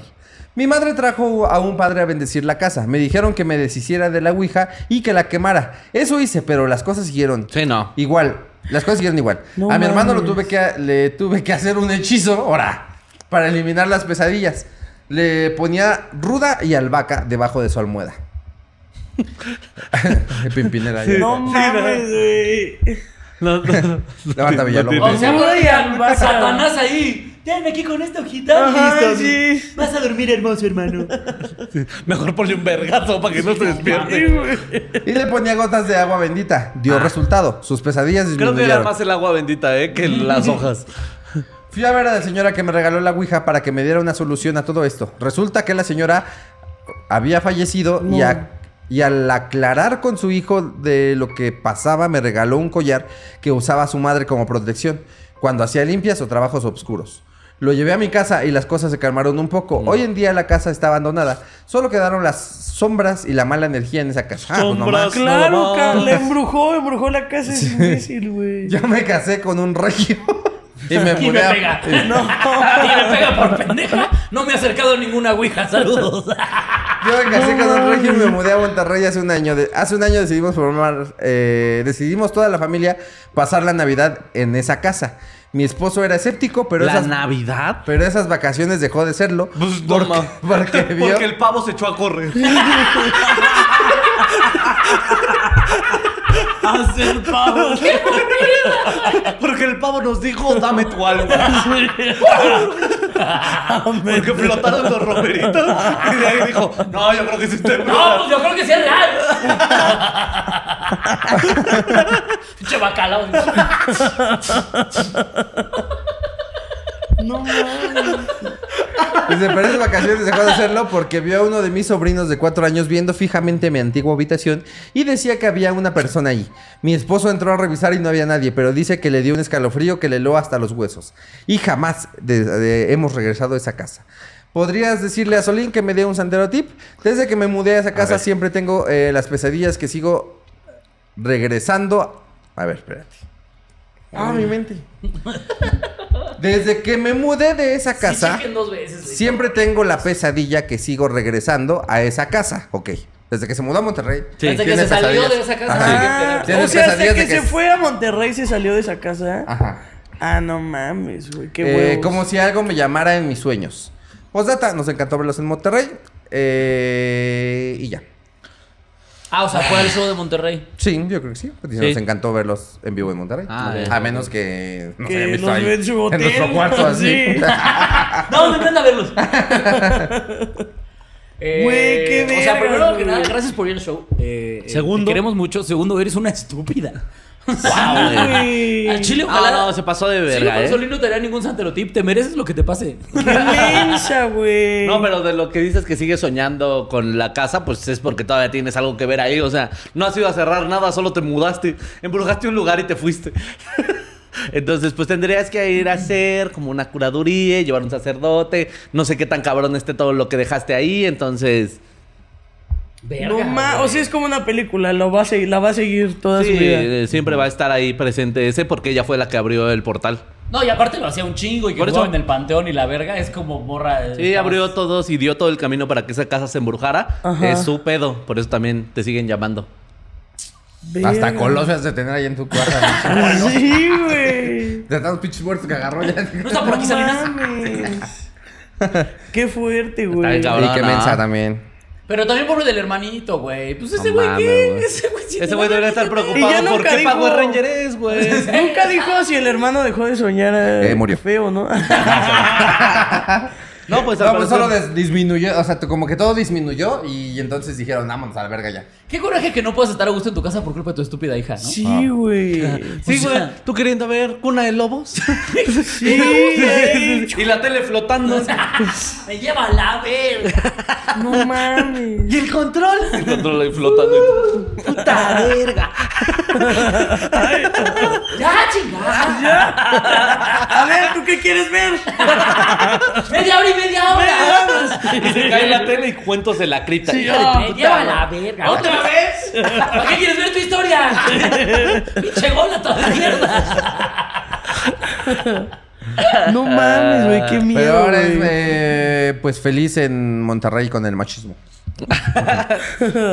S2: Mi madre trajo a un padre a bendecir la casa. Me dijeron que me deshiciera de la Ouija y que la quemara. Eso hice, pero las cosas siguieron
S4: Sí, no.
S2: igual. Las cosas siguieron igual.
S3: No
S2: a mi hermano lo
S3: mames.
S2: tuve que, le tuve que hacer un hechizo, ahora, para eliminar las pesadillas. Le ponía ruda y albahaca debajo de su almohada. Pimpinera. ya.
S3: No mames, güey.
S4: No, no, no.
S2: Levanta, Villalobos.
S5: O sea,
S3: Voy al
S5: güey,
S3: bazar.
S5: Satanás ahí. Dame aquí con esta hojita.
S3: Ajá,
S5: Listo.
S3: sí.
S5: Vas a dormir hermoso, hermano.
S4: Mejor ponle un vergazo para que no se
S3: Sí,
S4: despierte.
S3: güey.
S2: Y le ponía gotas de agua bendita. Dio resultado. Sus pesadillas
S4: Ah. Creo
S2: disminuyeron.
S4: que era más el agua bendita, ¿eh? Que las hojas.
S2: Fui a ver a la señora que me regaló la Ouija para que me diera una solución a todo esto. Resulta que la señora había fallecido y, a- y al aclarar con su hijo de lo que pasaba me regaló un collar que usaba su madre como protección cuando hacía limpias o trabajos oscuros. Lo llevé a mi casa y las cosas se calmaron un poco. Hoy en día la casa está abandonada. Solo quedaron las sombras y la mala energía en esa casa. Ah, pues no
S4: Sombras.
S2: más.
S3: Claro,
S4: No
S3: ca-
S4: mames.
S3: le embrujó, embrujó la casa. Es imbécil, güey.
S2: Yo me casé con un regio y me
S5: Y
S2: mudé
S5: me
S2: a-
S5: pega. Y me pega por pendeja. No me ha acercado ninguna ouija. Saludos.
S2: Yo me casé con un regio y me mudé a Monterrey hace un año. De- hace un año decidimos formar, eh, decidimos toda la familia pasar la Navidad en esa casa. Mi esposo era escéptico, pero,
S4: la
S2: esas,
S4: Navidad.
S2: pero esas vacaciones dejó de serlo.
S4: Pues, no
S2: porque,
S4: mames.
S2: porque vio-
S4: Porque el pavo se echó a correr. Ah,
S5: Hacer pavo.
S4: Porque el pavo nos dijo, dame tu alma. Porque flotaron los romeritos. Y de ahí dijo, no, yo creo que sí te
S5: No, pues yo creo que sí es real. Pinche bacalao.
S2: Dice, pero esas vacaciones dejó de hacerlo porque vio a uno de mis sobrinos de cuatro años viendo fijamente mi antigua habitación y decía que había una persona ahí. Mi esposo entró a revisar y no había nadie, pero dice que le dio un escalofrío que le heló hasta los huesos. Y jamás de- de- hemos regresado a esa casa. ¿Podrías decirle a Solín que me dé un sandero tip? Desde que me mudé a esa casa siempre tengo eh, las pesadillas que sigo regresando. A ver, espérate. Ah, mi mente. Desde que me mudé de esa casa.
S5: Sí, chequen dos veces. güey.
S2: Siempre tengo la pesadilla que sigo regresando a esa casa. Ok. Desde que se mudó a Monterrey.
S5: Desde que
S2: tiene
S5: se salió
S2: pesadillas.
S5: de esa casa.
S2: Ajá.
S5: tiene
S3: Ah,
S5: que tener-
S2: Tienes
S3: o sea, hasta
S2: pesadillas
S3: que,
S2: de que
S3: se
S2: es-
S3: fue a Monterrey se salió de esa casa.
S2: Ajá.
S3: Ah, no mames, güey. Qué
S2: Eh,
S3: huevos.
S2: como si algo me llamara en mis sueños. Postdata, nos encantó verlos en Monterrey. Eh, y ya.
S5: Ah, o sea, fue al show de Monterrey.
S2: Sí, yo creo que sí. Dice,
S5: Sí.
S2: Nos encantó verlos en vivo en Monterrey.
S4: Ah,
S2: a menos que nos
S3: Que
S2: hayan visto
S3: los
S2: ahí
S3: ve en su hotel,
S2: nuestro cuarto así.
S3: sí.
S5: No, me encanta verlos. Eh,
S3: Güey, qué
S5: O sea,
S3: verga,
S5: primero que
S3: güey.
S5: nada, gracias por ir al show. Eh, eh,
S4: Segundo.
S5: te queremos mucho. Segundo, eres una estúpida.
S3: Güey.
S5: Al chile,
S4: Ah,
S5: ojalá.
S4: no, se pasó de
S5: Sí,
S4: verga,
S5: Juan
S4: ¿eh?
S5: Solín no te haría ningún santerotip. Te mereces lo que te pase.
S3: Qué mensa, güey.
S4: No, pero de lo que dices que sigues soñando con la casa, pues es porque todavía tienes algo que ver ahí. O sea, no has ido a cerrar nada, solo te mudaste, embrujaste un lugar y te fuiste. Entonces, pues tendrías que ir a hacer como una curaduría, llevar un sacerdote. No sé qué tan cabrón esté todo lo que dejaste ahí. Entonces,
S5: Verga,
S3: No ma-
S5: güey.
S3: o sea, es como una película, lo va a seguir, la va a seguir toda
S4: sí,
S3: su vida.
S4: eh, siempre va a estar ahí presente ese porque ella fue la que abrió el portal.
S5: No, y aparte lo hacía un chingo y que
S4: Por eso-
S5: jugaba en el panteón y la verga es como morra. eh,
S4: Sí,
S5: estabas-
S4: abrió todos y dio todo el camino para que esa casa se embrujara.
S3: Ajá.
S4: Es su pedo, por eso también te siguen llamando.
S2: Hasta
S3: Verga.
S2: colosas de tener ahí en tu cuarto.
S3: Sí, güey.
S2: de tantos pinches muertos que agarró ya.
S5: No está por aquí Salinas.
S3: Mames. Qué fuerte,
S4: Está
S3: güey.
S4: bien, cabrón.
S2: y que
S4: no.
S2: mensa también.
S5: Pero también pobre del hermanito, güey. Pues ese
S4: No
S5: güey,
S4: mames,
S5: ¿qué?
S4: güey.
S5: Ese güey, sí
S4: Ese
S5: no
S4: güey debería estar
S3: Y ya
S4: preocupado por
S3: nunca
S4: qué
S3: dijo-
S4: Power Ranger es, güey.
S3: Nunca dijo si el hermano dejó de soñar. eh,
S2: Eh, murió.
S3: Feo, ¿no?
S4: No, pues,
S2: No,
S4: al
S2: pues solo
S4: parecer-
S2: des- disminuyó, o sea, tú- como que todo disminuyó y entonces dijeron, vámonos a la verga ya.
S5: Qué coraje que no puedas estar a gusto en tu casa por culpa de tu estúpida hija, ¿no?
S3: Sí, güey.
S4: Sí,
S5: O
S4: güey.
S5: sea-
S4: ¿Tú queriendo ver Cuna de Lobos?
S3: Sí, güey.
S4: y la tele flotando.
S5: Me lleva a la verga.
S3: No mames.
S4: ¿Y el control? El control ahí flotando. y todo.
S5: Puta verga. ya, chingada.
S3: A ver, ¿tú qué quieres ver?
S5: Media hora y media hora.
S4: Y se cae la tele y cuentos de la cripta. Hija de tu
S5: Me
S4: puta
S5: lleva a
S4: madre.
S5: la verga. ¿Otra vez? ¿Para qué quieres ver tu historia? Pinche gola toda mierda.
S3: No mames, güey. Qué
S2: Pero
S3: miedo.
S2: ahora es,
S3: güey.
S2: eh, pues feliz en Monterrey con el machismo.
S4: Sí,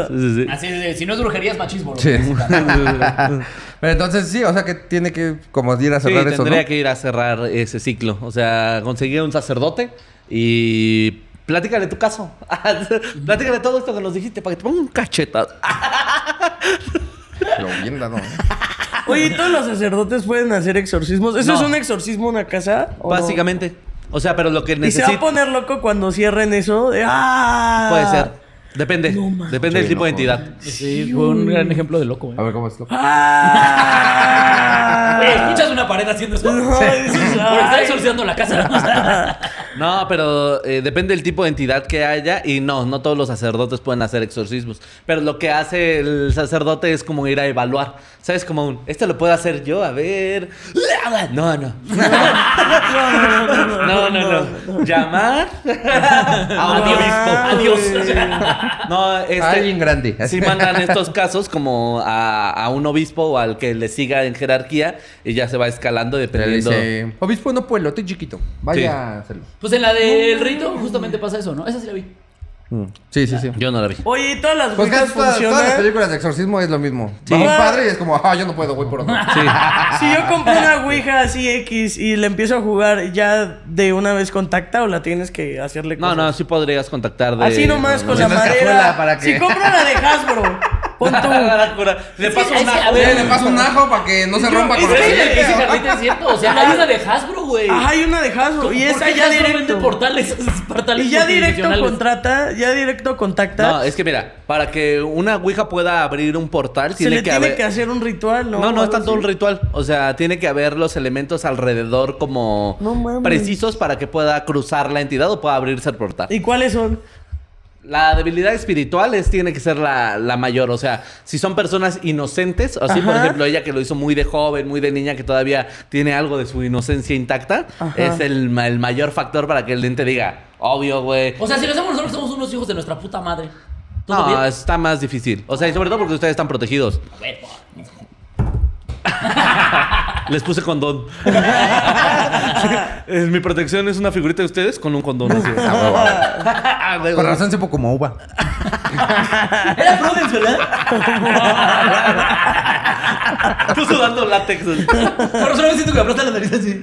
S4: sí, sí.
S5: Así es, si no es brujería es machismo. lo
S2: Sí.
S5: que necesitas.
S2: Pero entonces sí, o sea que tiene que como ir a
S4: Sí,
S2: cerrar eso, ¿no?
S4: tendría que ir a cerrar ese ciclo. O sea, conseguir un sacerdote y platícale tu caso. platícale todo esto que nos dijiste para que te ponga un cachetazo.
S2: Lo bien dado, ¿eh?
S3: Oye, ¿y ¿todos los sacerdotes pueden hacer exorcismos? ¿Eso
S4: No.
S3: es un exorcismo una casa? o no?
S4: Básicamente. O sea, pero lo que
S3: Y se va a
S4: necesita
S3: poner loco cuando cierren eso. de, ¡ah!
S4: puede ser. Depende. Depende del
S2: Sí,
S4: tipo de
S2: no,
S4: entidad.
S5: Sí, fue un gran ejemplo de loco,
S2: A ver cómo es lo.
S3: ¡Ah!
S5: Escuchas una pared haciendo eso.
S3: No, dices,
S5: Por estar
S3: "Ay".
S5: exorciando la casa.
S4: No, pero eh, depende del tipo de entidad que haya y no, no todos los sacerdotes pueden hacer exorcismos. Pero lo que hace el sacerdote es como ir a evaluar. ¿Sabes? Como un, este lo puedo hacer yo, a ver. No, no. No, no, no. Llamar a un obispo. No, este,
S2: Alguien grande.
S4: Sí mandan estos casos como a, a un obispo o al que le siga en jerarquía y ya se va escalando
S2: Le
S4: dependiendo.
S2: dice, obispo no pueblo, estoy chiquito. Vaya
S4: Sí.
S2: a hacerlo.
S5: Pues en la del rito justamente pasa eso, ¿no? Esa sí la vi.
S2: Sí, sí, sí.
S4: Yo no la vi.
S3: Oye, ¿y todas las
S2: Pues
S3: Ouijas
S2: casi todas, todas las
S3: funcionan?
S2: películas de exorcismo es lo mismo.
S4: Sí.
S2: Va un padre y es como, ah, yo no puedo, voy por otro.
S4: Sí.
S3: Si yo compro una Ouija así X y le empiezo a jugar, ¿ya de una vez contacta o la tienes que hacerle
S4: No,
S3: cosas?
S4: no, sí podrías contactar de.
S3: Así nomás con la
S2: no, no.
S3: madera.
S2: Cazuela, ¿para qué?
S3: Si compro la de Hasbro, pues, pon tú.
S4: Le paso
S5: es
S4: una
S5: que, a
S2: Eh,
S5: ver,
S2: le paso un ajo para que no se
S3: Yo-
S2: rompa
S3: es
S2: con
S5: Pero
S2: el
S5: es que lo que dice
S3: Sí,
S2: vidrio.
S5: Carlita es cierto. O sea, hay una de Hasbro, güey.
S3: Ajá, hay una de Hasbro. Y esa ya
S5: directamente
S3: directo.
S5: portales, esos portales
S3: Y ya directo
S5: multidimensionales.
S3: contrata, ya directo contacta.
S4: No, es que mira, para que una Ouija pueda abrir un portal,
S3: se
S4: tiene
S3: le
S4: que
S3: tiene
S4: haber.
S3: que hacer un ritual, ¿no?
S4: No, no es
S3: Algo
S4: tanto un
S3: así.
S4: ritual. O sea, tiene que haber los elementos alrededor como
S3: No mames.
S4: precisos para que pueda cruzar la entidad o pueda abrirse el portal.
S3: ¿Y cuáles son?
S4: La debilidad espiritual es, tiene que ser la, la mayor. O sea, si son personas inocentes, así por
S3: Ajá.
S4: ejemplo ella que lo hizo muy de joven, muy de niña, que todavía tiene algo de su inocencia intacta,
S3: Ajá.
S4: es el, ma- el mayor factor para que el ente diga, obvio, güey.
S5: O sea, si lo hacemos nosotros, somos unos hijos de nuestra puta madre. ¿Todo
S4: No,
S5: bien?
S4: está más difícil. O sea, y sobre todo porque ustedes están protegidos.
S5: A ver, po.
S4: Les puse condón. Eh, Mi protección es una figurita de ustedes con un condón. así. Ah, güey,
S2: Con
S4: güey.
S2: razón sepo como uva.
S5: Era Prudence, ¿verdad?
S4: Tú sudando látex.
S5: Por eso no me siento que me aplasta la nariz así.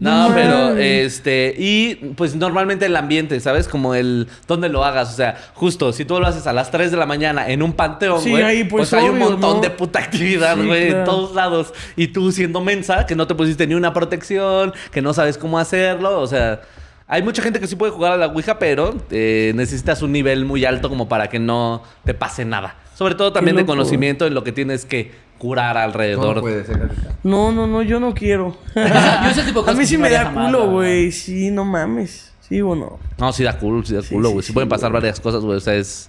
S4: No, pero este. Y pues normalmente el ambiente, ¿sabes? Como el dónde lo hagas. O sea, justo si tú lo haces a las 3 de la mañana en un panteón,
S3: Sí,
S4: güey.
S3: ahí, pues,
S4: pues, hay un
S3: obvio,
S4: montón
S3: ¿no?
S4: de puta actividad,
S3: Sí,
S4: güey, en
S3: claro.
S4: todos lados. Y tú siendo mensa, que no te pusiste ni una protección, que no sabes cómo hacerlo. O sea. Hay mucha gente que sí puede jugar a la Ouija, pero eh, necesitas un nivel muy alto como para que no te pase nada. Sobre todo también de
S3: loco,
S4: conocimiento en lo que tienes que curar alrededor.
S2: No puede ser. Carlita.
S3: No, no, no, yo no quiero.
S5: Yo ese tipo de
S3: A
S5: cosas
S3: mí sí
S5: no
S3: me
S5: haría
S3: da
S5: jamás,
S3: culo,
S5: la
S3: güey. Sí, no mames. Sí o no.
S4: No, sí da culo, sí da
S3: Sí,
S4: culo,
S3: sí,
S4: güey. Sí,
S3: sí,
S4: pueden pasar
S3: güey.
S4: varias cosas, güey. O sea, es.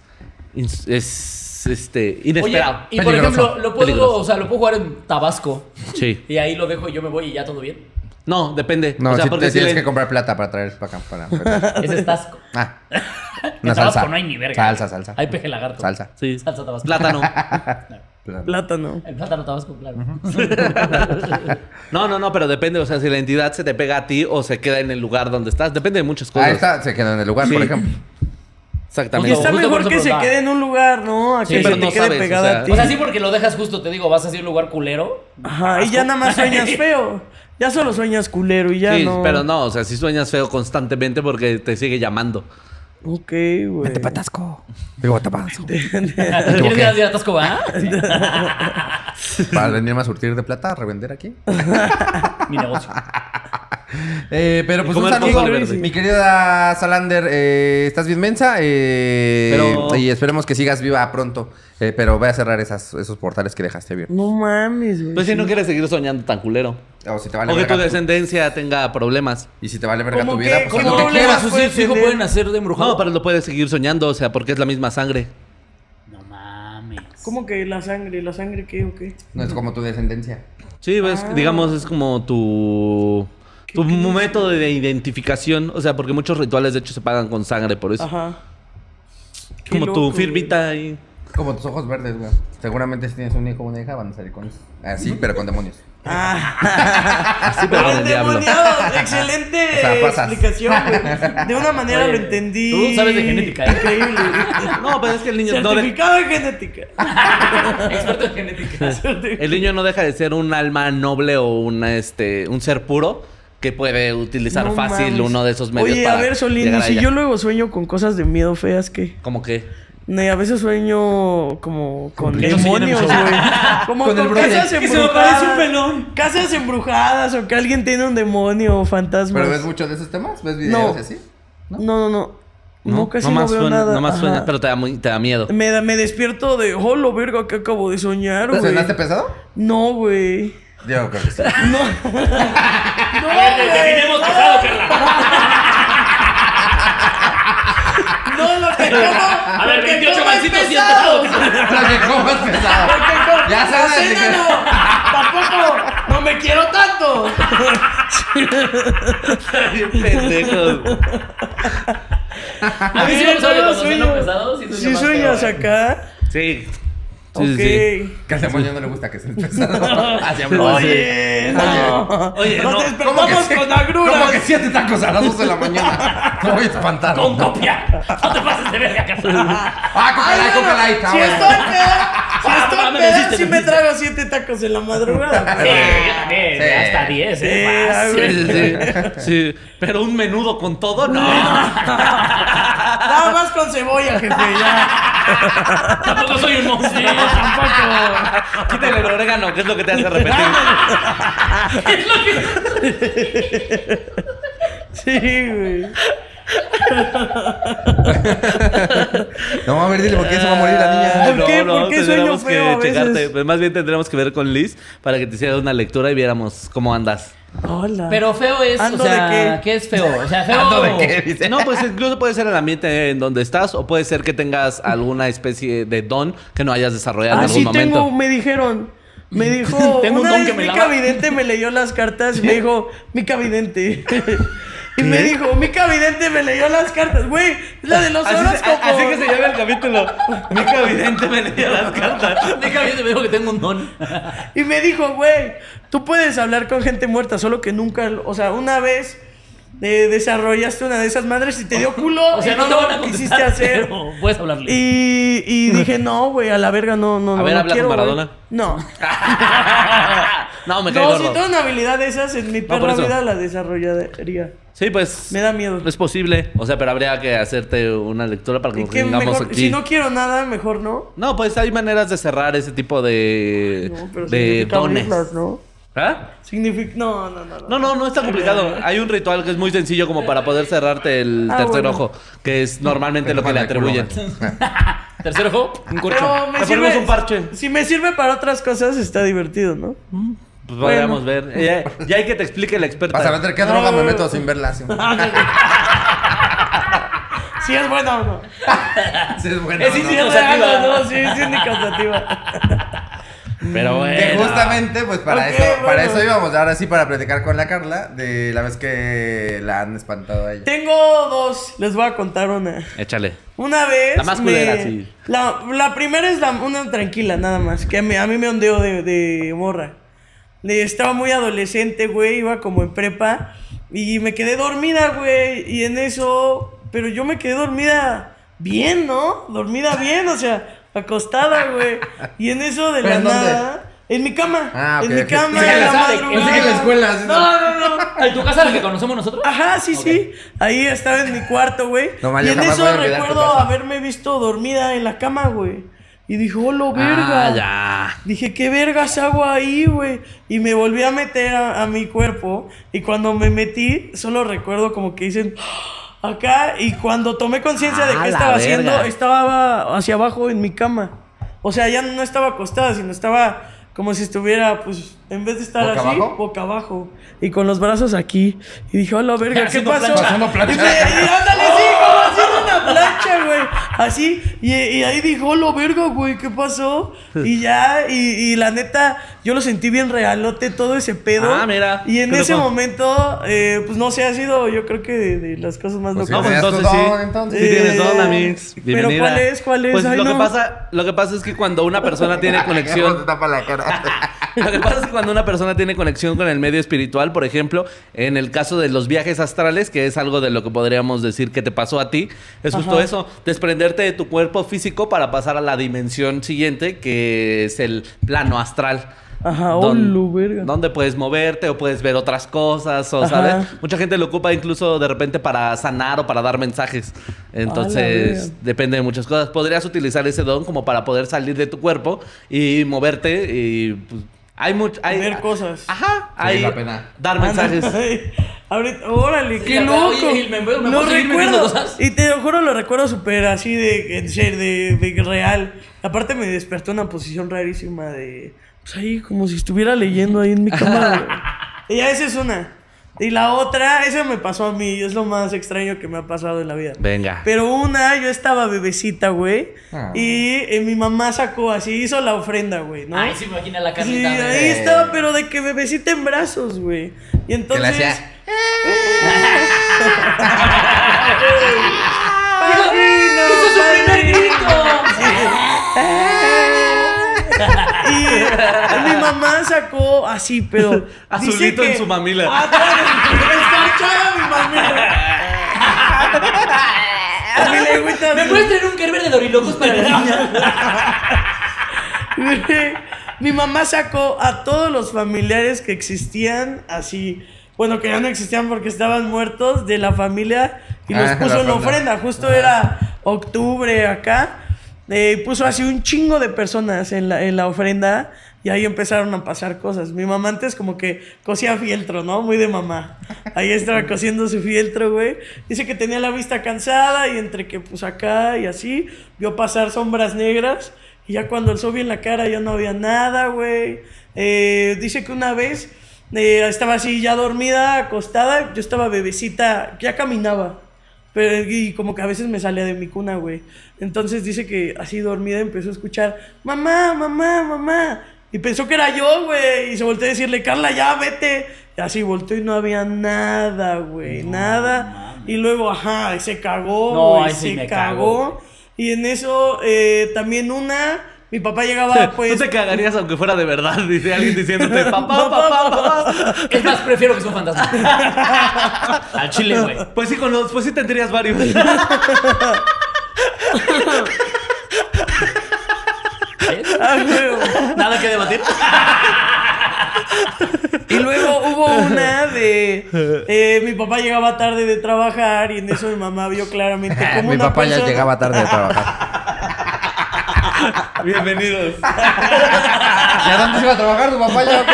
S4: ins- Es. Este.
S5: Oye,
S4: Inesperado.
S5: y por
S2: Peligroso.
S5: ejemplo, lo puedo,
S4: Peligroso.
S5: o sea, lo puedo jugar en Tabasco.
S4: Sí.
S5: Y ahí lo dejo y yo me voy y ya todo bien.
S4: No, depende.
S2: No,
S4: o sea,
S2: sí
S4: porque
S2: te
S4: si
S2: tienes
S4: le-
S2: que comprar plata para traer para acá. Para, para-
S5: Ese es Tasco.
S2: Ah,
S5: En
S2: una
S5: Tabasco
S2: salsa.
S5: no hay ni verga.
S2: Salsa, salsa.
S5: Hay peje lagarto.
S2: Salsa.
S4: Sí.
S5: Salsa tabasco.
S4: Plátano.
S3: Plátano.
S5: El plátano tabasco, claro.
S4: No, no, no, pero depende. O sea, si la entidad se te pega a ti o se queda en el lugar donde estás. Depende de muchas cosas.
S2: Ah, Ahí está, se quedó en el lugar,
S4: Sí.
S2: por ejemplo.
S4: Exactamente.
S3: Y está
S5: justo por
S3: mejor
S5: eso
S3: que se
S5: preguntaba.
S3: quede en un lugar, ¿no? A
S4: Sí,
S3: que se
S4: pero
S3: te
S4: no
S3: quede
S4: sabes, o
S3: pegada
S4: sea,
S3: a ti.
S5: O sea, sí porque lo dejas justo, te digo, vas a un lugar culero.
S3: Ajá, y ya nada más sueñas feo. Ya solo sueñas culero y ya
S4: Sí,
S3: no.
S4: pero no, o sea, si sueñas feo constantemente porque te sigue llamando.
S3: Ok, güey.
S2: Patasco. Digo, tapazo.
S5: ¿Quieres ir a- ir a Tasco, va?
S2: Para venirme a surtir de plata, a revender aquí.
S5: Mi negocio.
S2: Eh, pero pues un
S4: comer
S2: saludo,
S4: pozole verde.
S2: mi querida Salander, eh, estás bien mensa Eh,
S4: Pero-
S2: y esperemos que sigas viva pronto. Eh, pero voy a cerrar esas, esos portales que dejaste abiertos.
S3: No mames, güey.
S4: Pues si no quieres seguir soñando tan culero.
S2: O si te vale
S4: o que tu
S2: verga tu-
S4: descendencia tenga problemas.
S2: y si te vale verga
S3: ¿Cómo
S2: tu
S3: que-
S2: vida, pues
S3: cómo
S2: haz lo
S5: ¿Cómo
S2: que
S3: le
S5: problemas
S2: quieras.
S3: vas-
S5: sus hijos
S3: pueden
S5: pueden hacer de embrujado?
S4: No, pero lo puedes seguir soñando, o sea, porque es la misma sangre.
S5: No mames.
S3: ¿Cómo que la sangre? ¿La sangre qué o qué?
S2: No es como tu descendencia.
S4: Sí, ves,
S3: Ah.
S4: digamos, es como tu, tu método de identificación. O sea, porque muchos rituales, de hecho, se pagan con sangre, por eso.
S3: Ajá. Qué
S4: como
S3: loco,
S4: tu firmita y...
S2: Como tus ojos verdes, güey. Seguramente si tienes un hijo o una hija van a salir con eso. Así, pero con demonios.
S4: Así, pero con el diablo.
S3: Endemoniados, Ah. excelente
S2: O sea, pasas.
S3: explicación, güey. De una manera
S5: Oye,
S3: lo entendí.
S5: tú sabes de genética, ¿eh?
S3: Increíble.
S4: No, pero es que el niño, no de-
S3: Certificado de genética.
S5: Experto en genética.
S4: el niño no deja de ser un alma noble o una, este, un ser puro que puede utilizar
S3: No
S4: fácil
S3: mames.
S4: uno de esos medios.
S3: Oye, a
S4: para
S3: ver, Solín,
S4: llegar
S3: y
S4: a
S3: si
S4: ella.
S3: yo luego sueño con cosas de miedo feas, ¿qué?
S4: ¿Cómo que?
S3: Ne, a veces sueño como con
S5: Que no se llenen
S3: demonios,
S5: mis ojos.
S3: güey. Como
S2: Con
S3: con,
S2: el brother.
S3: casas
S5: Que se me
S3: embrujadas.
S5: parece un pelón.
S3: Casas embrujadas o que alguien tiene un demonio o fantasmas.
S2: ¿Pero ves mucho de esos temas? ¿Ves videos
S3: No.
S2: y así?
S3: No, no, no. No, casi no,
S4: más
S3: veo
S4: suena,
S3: nada.
S4: no más suena,
S3: Ajá.
S4: pero te da, muy- te da miedo.
S3: Me, da- me despierto de, oh, lo verga, que acabo de soñar, güey.
S2: ¿Sonaste pesado?
S3: No, güey.
S2: Yo creo que sí.
S3: No. No,
S5: Terminemos casado, Carla.
S3: güey, No, lo que como.
S5: A ver,
S3: lo que
S5: 28
S3: como es
S5: mancitos y
S3: pesado.
S5: empezado.
S2: Lo que como es pesado.
S3: Lo que como-
S2: Ya
S3: la
S2: sabes de
S3: cena
S2: que-
S3: no. Tampoco. No me quiero tanto.
S4: Pendejos.
S5: A mí sí me gusta cuando cenan pesados y
S3: Si
S5: más
S3: sueñas
S5: feo, eh.
S3: acá.
S4: Sí.
S3: Ok.
S4: Sí, sí, sí.
S2: Que al demonio no le gusta que seas pesado. Así hablaba así.
S3: Oye, no.
S5: Oye,
S3: Nos
S5: no.
S2: ¿Cómo que
S3: despertamos
S2: sí?
S3: con
S2: ¿Cómo que
S3: agruras.
S2: siete tacos a las 12 de la mañana? Me voy a espantar.
S5: Con copia. No te pases de verga, Carla.
S2: Ah,
S3: Ay,
S2: cócala,
S3: bueno,
S2: cócala ahí. está
S3: Si
S2: bueno.
S3: estoy peda, si
S5: Ah,
S3: estoy
S5: no, me
S3: peda,
S5: hiciste,
S3: sí
S5: me
S3: me
S5: hiciste.
S3: trago siete tacos en la madrugada.
S5: Sí,
S3: güey.
S5: yo también.
S2: Sí.
S5: Hasta 10,
S3: Sí,
S5: eh.
S4: Sí,
S5: Fácil.
S4: sí, sí. Sí, Pero un menudo con todo, no.
S3: Nada más con cebolla, jefe, ya.
S5: Tampoco soy un monstruo. Tampoco.
S4: Quítale el orégano, que es lo que te hace repetir.
S5: Es lo que.
S3: Sí, güey.
S2: No, a ver, dile, porque se va a morir la niña.
S3: ¿Por Ah, qué? ¿Por qué
S4: tendríamos
S3: sueño feo a
S4: que
S3: veces?
S4: checarte. Pues más bien tendremos que ver con Liz para que te hiciera una lectura y viéramos cómo andas.
S3: Hola.
S5: Pero feo es.
S3: ¿Ando
S5: o sea,
S3: de qué?
S5: es feo? O sea, feo.
S2: ¿Ando de qué? Dice.
S4: No, pues incluso puede ser el ambiente en donde estás o puede ser que tengas alguna especie de don que no hayas desarrollado en
S3: Ah,
S4: algún
S3: sí,
S4: momento.
S3: tengo, me dijeron. Me dijo.
S5: Tengo un
S3: una
S5: don
S3: vez
S5: que me
S3: mi
S5: lava.
S3: cabidente me leyó las cartas y me dijo, mi cabidente. Y me dijo, mi cabidente me leyó las cartas. Güey, es la de los horóscopos.
S4: llama el capítulo. Mica Vidente me leía las cartas.
S5: Déjame, yo te veo que tengo un don.
S3: Y me dijo, güey, tú puedes hablar con gente muerta, solo que nunca, lo- o sea, una vez eh, desarrollaste una de esas madres y te dio culo
S5: O sea,
S3: y
S5: no,
S3: no,
S5: te van a
S3: lo
S5: contestar.
S3: quisiste hacer.
S5: pero puedes hablarle.
S3: Y, y dije, no, güey, a la verga, no, no,
S4: A
S3: no,
S4: ver,
S3: no
S4: habla
S3: quiero,
S4: con
S3: güey".
S4: Maradona.
S3: No,
S4: No, me cae
S3: no, si
S4: gordo.
S3: tengo una habilidad de esas, en mi
S4: por
S3: perra
S4: eso.
S3: vida la desarrollaría.
S4: Sí, pues.
S3: Me da miedo.
S4: Es posible. O sea, pero habría que hacerte una lectura para que
S3: Y
S4: nos
S3: que
S4: tengamos
S3: mejor,
S4: aquí.
S3: si no quiero nada, mejor no.
S4: No, pues hay maneras de cerrar ese tipo de,
S3: No, pero
S4: Eh, de
S3: significa
S4: dones.
S3: abrirlas, ¿no?
S4: ¿Ah?
S3: Significa, no, no, no, no.
S4: No, no, no está complicado. Hay un ritual que es muy sencillo como para poder cerrarte el
S3: Ah,
S4: tercer
S3: bueno.
S4: ojo, que es normalmente
S2: Te
S4: lo que le
S2: toman el culo,
S4: atribuyen.
S5: Tercer ojo, un corcho.
S3: Pero me
S4: Le
S3: sirve-
S4: ponemos un parche.
S3: Si me sirve para otras cosas, está divertido, ¿no?
S4: Pues podríamos ver. Ya, ya hay que te explique la experta.
S2: Vas a ver qué
S3: No,
S2: droga me
S3: no, no.
S2: meto sin verla. Si
S3: Si es buena o no.
S2: es bueno.
S5: Es
S2: ¿no?
S5: indignante.
S3: Indicativa. No, sí, es indicativa.
S4: Pero bueno.
S2: Que justamente, pues para
S3: Ok,
S2: eso, para
S3: bueno.
S2: eso íbamos. Ahora sí, para platicar con la Carla de la vez que la han espantado a ella.
S3: Tengo dos. Les voy a contar una.
S4: Échale.
S3: Una vez.
S4: La más culera, sí.
S3: La, la primera es la- una tranquila, nada más. Que a mí, a mí me ondeó de, de morra. Le- Estaba muy adolescente, güey. Iba como en prepa. Y me quedé dormida, güey. Y en eso. Pero yo me quedé dormida bien, ¿no? Dormida bien, o sea, acostada, güey. Y en eso de
S2: ¿Pero
S3: la
S2: en dónde?
S3: nada. En mi cama.
S2: Ah, ok,
S3: en mi
S2: ok.
S3: cama.
S2: Pensé que
S3: en
S2: en
S3: la
S2: la-
S3: madrugada.
S2: pensé que en la escuela, así,
S3: No, no, no. Ah,
S5: ¿En tu casa la que conocemos nosotros?
S3: Ajá, sí, sí. Ahí estaba en mi cuarto, güey.
S2: No, man,
S3: y
S2: yo
S3: en
S2: jamás voy a
S3: eso
S2: olvidar tu
S3: recuerdo
S2: casa.
S3: haberme visto dormida en la cama, güey. Y dije, hola, verga.
S4: Ah, ya.
S3: Dije, ¿qué vergas hago ahí, güey? Y me volví a meter a, a mi cuerpo. Y cuando me metí, solo recuerdo como que dicen, "Ah", acá. Y cuando tomé conciencia de
S4: Ah,
S3: qué
S4: la
S3: estaba
S4: verga.
S3: haciendo, estaba hacia abajo en mi cama. O sea, ya no estaba acostada, sino estaba como si estuviera, pues, en vez de estar
S2: ¿Boca
S3: así,
S2: abajo?
S3: boca abajo. Y con los brazos aquí. Y dije, hola, verga, ¿qué
S5: Haciendo
S3: pasó?
S5: plancha.
S2: Haciendo plancha.
S3: Y me- y ándale, sí, como haciendo una plancha, güey. Así, y, y ahí dijo, hola, verga, güey, ¿qué pasó? Y ya, y, y la neta, yo lo sentí bien realote todo ese pedo.
S4: Ah, mira.
S3: Y en
S4: Qué
S3: ese
S4: loco.
S3: momento, eh, pues no sé, ha sido yo creo que de, de las cosas más
S2: Pues
S3: locas.
S4: No,
S2: Tenías
S4: pues
S2: tu
S4: entonces sí.
S2: don, entonces.
S4: Sí tienes
S3: Eh,
S4: don, Amix.
S3: pero
S4: Bienvenida.
S3: ¿cuál es? ¿Cuál es?
S4: Pues
S3: Ay,
S4: lo, que
S3: no.
S4: pasa, lo que pasa es que cuando una persona tiene
S2: Ah, Luego
S4: conexión...
S2: te tapa la cara.
S4: Lo que pasa es que cuando una persona tiene conexión con el medio espiritual, por ejemplo, en el caso de los viajes astrales, que es algo de lo que podríamos decir que te pasó a ti, es justo
S3: Ajá.
S4: eso, desprenderte de tu cuerpo físico para pasar a la dimensión siguiente, que es el plano astral.
S3: Ajá,
S4: Don-
S3: hola, verga.
S4: Donde puedes moverte o puedes ver otras cosas, o
S3: Ajá.
S4: sabes. Mucha gente lo ocupa incluso de repente para sanar o para dar mensajes. Entonces,
S3: verga.
S4: depende de muchas cosas. Podrías utilizar ese don como para poder salir de tu cuerpo y moverte y pues, hay mucho hay
S5: ah,
S3: Ver cosas.
S4: Ajá, hay
S2: la pena.
S4: dar
S3: Ándale.
S4: mensajes.
S3: Ahorita, órale, qué
S5: la verdad,
S3: loco.
S5: oye, y me- me puedo
S3: lo
S5: seguir metiendo
S3: recuerdo.
S5: cosas.
S3: Y te lo juro, lo recuerdo súper así de, en serio, de, de real. Aparte me despertó una posición rarísima de, pues ahí, como si estuviera leyendo ahí en mi cama. güey. y ya esa es una. Y la otra, esa me pasó a mí, es lo más extraño que me ha pasado en la vida.
S4: Venga.
S3: Pero una, yo estaba bebecita, güey.
S2: Ah.
S3: Y eh, mi mamá sacó así, hizo la ofrenda, güey, ¿no?
S5: Ay, sí, me imagina la
S3: Sí,
S5: carnita.
S3: ahí estaba, pero de que bebecita en brazos, güey. Y entonces.
S2: le hacía,
S3: ¡Padrino!
S5: ¡Hizo su primer
S3: padrino!
S5: grito!
S3: Y mi mamá sacó así, pero.
S4: Azulito en su mamila.
S3: "Ah, Escarchada mi mamila. A mi lengüita.
S5: ¿Me puedes traer un Gerber de dorilocos para la niña?
S3: Mi mamá sacó a todos los familiares que existían así. Bueno, que ya no existían porque estaban muertos de la familia y los
S2: Ah,
S3: puso
S2: la
S3: en la ofrenda.
S2: ofrenda.
S3: Justo era octubre acá. Eh, puso así un chingo de personas en la, en la ofrenda y ahí empezaron a pasar cosas. Mi mamá antes como que cosía fieltro, ¿no? Muy de mamá. Ahí estaba cosiendo su fieltro, güey. Dice que tenía la vista cansada y entre que pues acá y así, vio pasar sombras negras y ya cuando alzó bien la cara ya no había nada, güey. Eh, dice que una vez eh, estaba así ya dormida, acostada, yo estaba bebecita, ya caminaba. Pero, y como que a veces me salía de mi cuna, güey. Entonces dice que así dormida empezó a escuchar, mamá, mamá, mamá. Y pensó que era yo, güey. Y se volteó a decirle, Carla, ya vete. Y así volteó y no había nada, güey. nada. Y luego, ajá, se cagó,
S5: No,
S3: güey.
S5: ahí sí
S3: se
S5: me
S3: cagó.
S5: cago,
S3: y en eso, eh, también una, mi papá llegaba, pues.
S4: Tú te cagarías aunque fuera de verdad, dice alguien diciéndote, papá,
S3: Papá,
S4: papá, papá.
S5: Es más, prefiero que sea un fantasma. Al chile, güey.
S4: Pues sí, con los- pues sí tendrías varios.
S5: ¿Ves?
S3: Ah, güey.
S5: Nada que debatir.
S3: Y luego hubo una de. eh, mi papá llegaba tarde de trabajar y en eso mi mamá vio claramente
S2: "Ah,
S3: cómo
S2: mi
S3: una
S2: papá ya
S3: persona-
S2: llegaba tarde a trabajar.
S4: Bienvenidos.
S2: ¿Y a dónde se iba a trabajar tu papá ya o qué?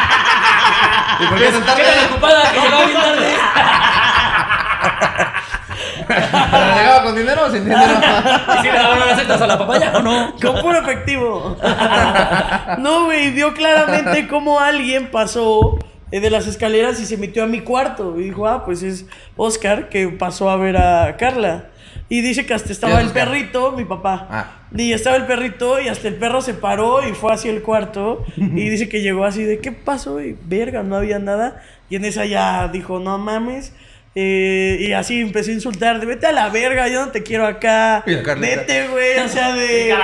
S2: ¿Y por qué
S5: ¿Qué
S2: sentarse?
S5: tan ocupada? Que llegaba bien tarde.
S2: ¿Pero llegaba con dinero o sin dinero?
S5: ¿Y si le daban unas setas a la papaya o no?
S3: Con puro efectivo. No, güey, vio claramente cómo alguien pasó eh, de las escaleras y se metió a mi cuarto. Y dijo, ah, pues es Oscar que pasó a ver a Carla. Y dice que hasta estaba
S2: ¿Quién
S3: el
S2: es Oscar?
S3: perrito, mi papá.
S2: Ah.
S3: Y estaba el perrito y hasta el perro se paró y fue hacia el cuarto. Y dice que llegó así de, ¿qué pasó? Y verga, no había nada. Y en esa ya dijo, no mames. Eh, y así empecé a insultar de, vete a la verga, yo no te quiero acá.
S2: Y la Carlita.
S3: Vete güey, o sea, de...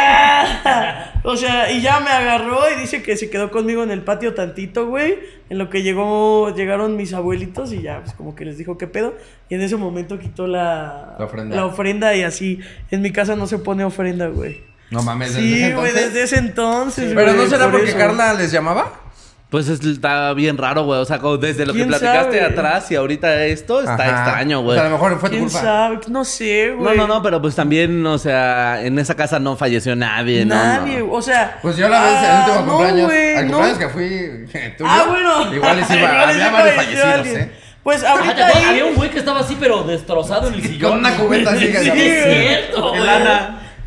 S3: Ah. o sea, y ya me agarró y dice que se quedó conmigo en el patio tantito, güey, en lo que llegó, llegaron mis abuelitos y ya, pues como que les dijo qué pedo, y en ese momento quitó la,
S2: La ofrenda.
S3: ofrenda y así, en mi casa no se pone ofrenda, güey.
S2: No mames, desde
S3: Sí,
S2: ese
S3: güey,
S2: entonces.
S3: desde ese entonces,
S2: Pero no
S3: güey,
S2: será
S3: por
S2: porque
S3: eso.
S2: Carla les llamaba?
S4: Pues es- está bien raro, güey. O sea, como desde lo que
S3: ¿Quién
S4: platicaste
S3: sabe?
S4: atrás y ahorita esto, está
S2: Ajá.
S4: extraño, güey.
S2: O sea, a lo mejor fue tu
S3: ¿Quién
S2: culpa.
S3: sabe? No sé,
S4: No,
S3: güey.
S4: no, no, pero pues también, o sea, en esa casa no falleció nadie, ¿no?
S3: Nadie,
S4: No.
S3: o sea...
S2: Pues yo la vez, el
S3: ah,
S2: último
S3: no,
S2: cumpleaños,
S3: güey,
S2: al
S3: no.
S2: cumpleaños que fui tuyo,
S3: Ah, bueno.
S2: igual les iba,
S3: Igual
S2: había
S3: les iba
S2: varios
S3: a decir
S2: fallecidos,
S3: alguien.
S2: ¿eh?
S3: Pues
S5: Fíjate,
S3: ahorita ahí...
S5: Ah, Había un güey que estaba así, pero destrozado en el sillón.
S2: Con una cubeta así,
S5: Sí,
S2: güey.
S5: es cierto, güey.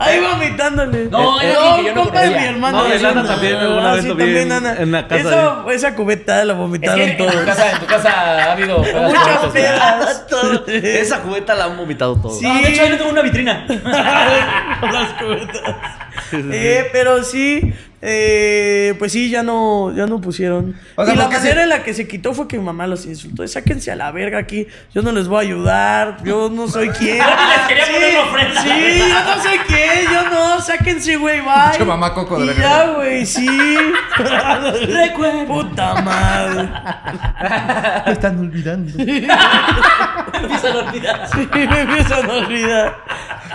S3: Ahí vomitándole.
S5: No, era
S3: Era
S5: alguien que yo no
S3: compa de mi
S5: conocía.
S3: hermana.
S4: No, de
S3: Esa-
S4: Lana también alguna
S3: Ah,
S4: vez
S3: sí,
S4: lo vi
S3: también,
S4: en-
S3: Ana.
S4: en la casa
S3: Esa, esa cubeta la
S5: Es
S3: vomitaron
S5: que en tu
S3: todos.
S5: casa, en tu casa ha habido.
S3: Muchas
S5: Muchas
S3: pedas.
S4: Esa cubeta la han vomitado todos.
S3: Sí.
S5: de hecho, yo tengo una vitrina.
S3: Las cubetas. Eh, pero sí, eh, pues sí, ya no, ya no pusieron.
S2: O sea,
S3: y la
S2: porque
S3: manera
S2: sí.
S3: en la que se quitó fue que mi mamá los insultó. Sáquense a la verga aquí. Yo no les voy a ayudar. Yo no soy quien.
S5: les quería
S3: sí,
S5: poner una ofrenda.
S3: sí, yo no soy quién. Yo no. Sáquense, güey. Bye.
S2: Pinche mamá coco de
S3: Y
S2: la
S3: ya,
S2: verga.
S3: güey, sí. Puta madre.
S2: Me están olvidando.
S5: Empieza a olvidar.
S3: Sí, me empiezan a olvidar.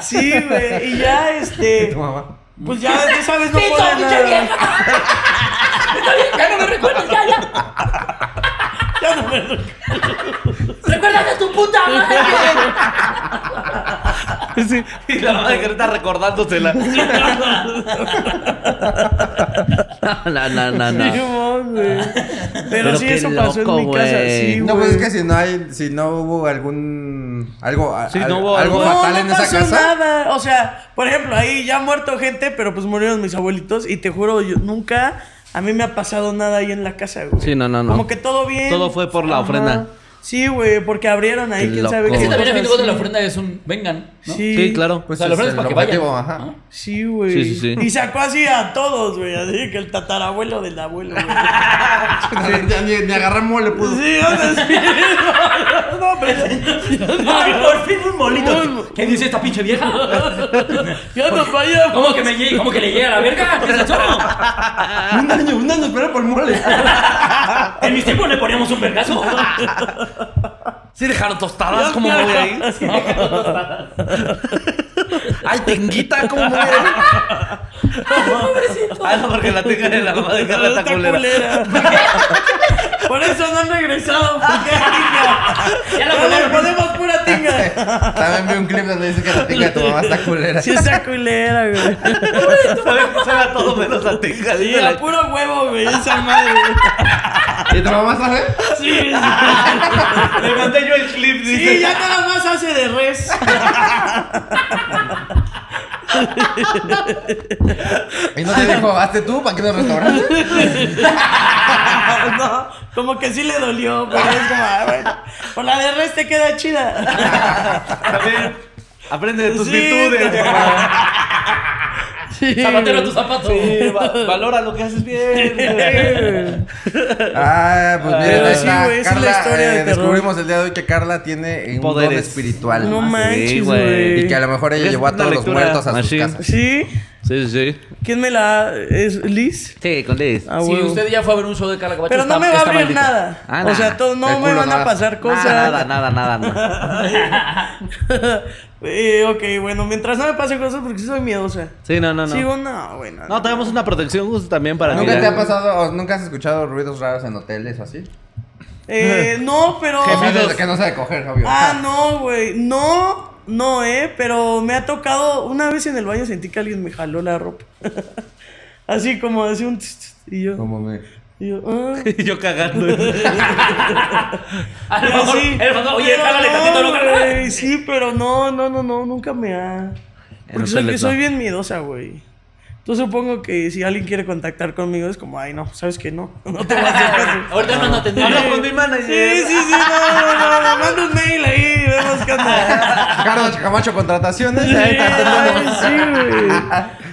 S3: Sí, güey. Y ya, este.
S2: Tu mamá.
S3: Pues ya, ya sabes, no
S5: ¡Pito,
S3: podía
S5: pinche
S3: nada.
S5: vieja! Está bien, ya no me recuerdes, ya, ya.
S3: Ya no me recuerdo.
S5: Recuérdame a tu puta madre.
S4: Sí. Y la madre que está recordándosela. no, no, no, no. Ah.
S3: Sí, mon, güey. Pero
S4: Pero
S3: sí,
S4: qué
S3: eso pasó en
S4: loco,
S3: mi casa.
S4: güey.
S3: Sí,
S2: No,
S3: güey.
S2: pues es que si no hay, si no hubo algún, algo, a-
S4: Sí,
S2: al-
S4: no hubo
S2: algo
S4: algo.
S2: fatal
S3: no,
S2: en
S3: no
S2: esa
S3: pasó
S2: casa.
S3: nada. O sea, por ejemplo, ahí ya ha muerto gente, pero pues murieron mis abuelitos. Y te juro, yo nunca a mí me ha pasado nada ahí en la casa, güey.
S4: Sí, no, no, no.
S3: Como que todo bien.
S4: Todo fue por la ofrenda.
S3: Sí, güey, porque abrieron ahí,
S4: Qué
S3: quién sabe
S4: loco.
S5: Es que también a fin de cuentas la
S3: Sí.
S5: ofrenda es un vengan, ¿no?
S3: Sí,
S4: Sí, claro.
S5: O sea, la ofrenda es para que vayan.
S2: Pues objetivo, ajá.
S5: ¿no?
S3: Sí, güey.
S4: Sí, sí, sí.
S3: Y sacó así a todos, güey. Así que el tatarabuelo del abuelo, güey.
S2: Ya ni, ni agarrar mole pues. pudo.
S3: Sí, o sea, sí. No, pero.
S5: ¿Ah? ¡Ay, por fin un molito! ¿Qué dice esta pinche vieja?
S3: Ya nos vaya.
S5: ¿Cómo que, me llegue, ¿Cómo que le llega a la verga? ¿Qué es eso?
S2: Un año, un año esperar por el mole.
S5: En mis tiempos le poníamos un vergazo.
S4: Sí dejaron tostadas como voy ahí. Ay, tenguita, ¿cómo voy ahí? Ah, no, porque la tenga en la mamá de
S3: Pero
S4: Carla
S3: está
S4: está culera.
S3: culera. Por eso no han regresado. Porque tinga.
S5: Ya
S3: Ya
S5: la
S3: la
S5: volvieron.
S3: ponemos pura tinga.
S2: También vi un clip donde dice que la tica de tu mamá está culera.
S3: Sí, está culera, güey.
S4: Sabe, sabe a todo menos la tenga.
S3: Sí, a puro huevo, güey. Esa madre.
S2: ¿Y tu mamá sabe?
S3: Sí, sí.
S4: Le mandé yo el clip,
S3: Sí, ya nada más hace de res.
S2: Y no te dijo, hazte tú, ¿para qué nos restauraste?
S3: No, como que sí le dolió, pero es como, ah, bueno. Por la de res te queda chida.
S4: A ver, aprende de tus
S3: Sí,
S4: virtudes.
S3: güey.
S4: papá.
S5: Zapatero a tu zapato.
S4: Sí, va- valora lo que haces bien.
S2: Ah, pues miren,
S3: Pero
S2: ahí
S3: sí,
S2: está.
S3: güey, esa es
S2: Carla,
S3: la
S2: eh,
S3: historia de terror.
S2: Descubrimos el día de hoy que Carla tiene un poder
S4: Poderes.
S2: espiritual.
S3: No
S2: Así.
S3: manches,
S4: güey.
S3: güey.
S2: Y que a lo mejor ella
S4: Es
S2: llevó a
S4: una
S2: todos los
S4: lectura
S2: muertos a sus
S4: machine.
S2: casas.
S3: ¿Sí?
S4: Sí, sí.
S3: ¿Quién me la es Liz?
S4: Sí, con Liz.
S3: Ah,
S5: Si
S3: huevo.
S5: usted ya fue a ver un show de Carla Cabacho,
S3: Pero no
S5: está-
S3: me va a
S5: está
S3: abrir
S5: maldito.
S3: nada.
S4: Ah,
S3: O
S4: nah.
S3: sea, todo- no
S2: El
S3: me
S2: culo
S3: van a
S2: nada.
S3: pasar cosas.
S4: Nada, nada, nada, nada.
S3: Eh, ok, bueno, mientras no me pasen cosas porque sí soy miedosa.
S4: Sí, no, no, no.
S3: Sigo, no, bueno.
S4: No, tenemos una protección justo también para
S2: ¿Nunca
S4: ti,
S2: te
S4: Ah, ya.
S2: ha pasado o nunca has escuchado ruidos raros en hoteles o así?
S3: Eh, no, pero.
S2: O sea, desde que no sabe coger, obvio.
S3: Ah, no, güey. No, no, eh. Pero me ha tocado. Una vez en el baño sentí que alguien me jaló la ropa. Así como así un. tss, tss, Y yo.
S2: Como me...
S3: Y yo. ah.
S4: Y yo cagando.
S5: A lo
S3: Pero
S5: mejor
S3: sí,
S5: Ah, el fantasma, oye,
S3: pero
S5: jálale tantito, no, carnal.
S3: güey, Sí, pero no, no, no, no, nunca me ha. Porque soy,
S4: hoteles,
S3: que soy
S4: no.
S3: bien miedosa, güey. Entonces supongo que si alguien quiere contactar conmigo es como, ay, no, sabes que no. No te voy a hacer caso.
S5: Ahorita no, no te
S4: Habla con
S5: entiendo.
S4: mi manager.
S3: Sí, sí, sí, no, no, no, no, manda un mail ahí, vemos qué onda.
S2: Carlos Camacho, contrataciones.
S3: Sí,
S2: ahí está.
S3: ay, sí, güey.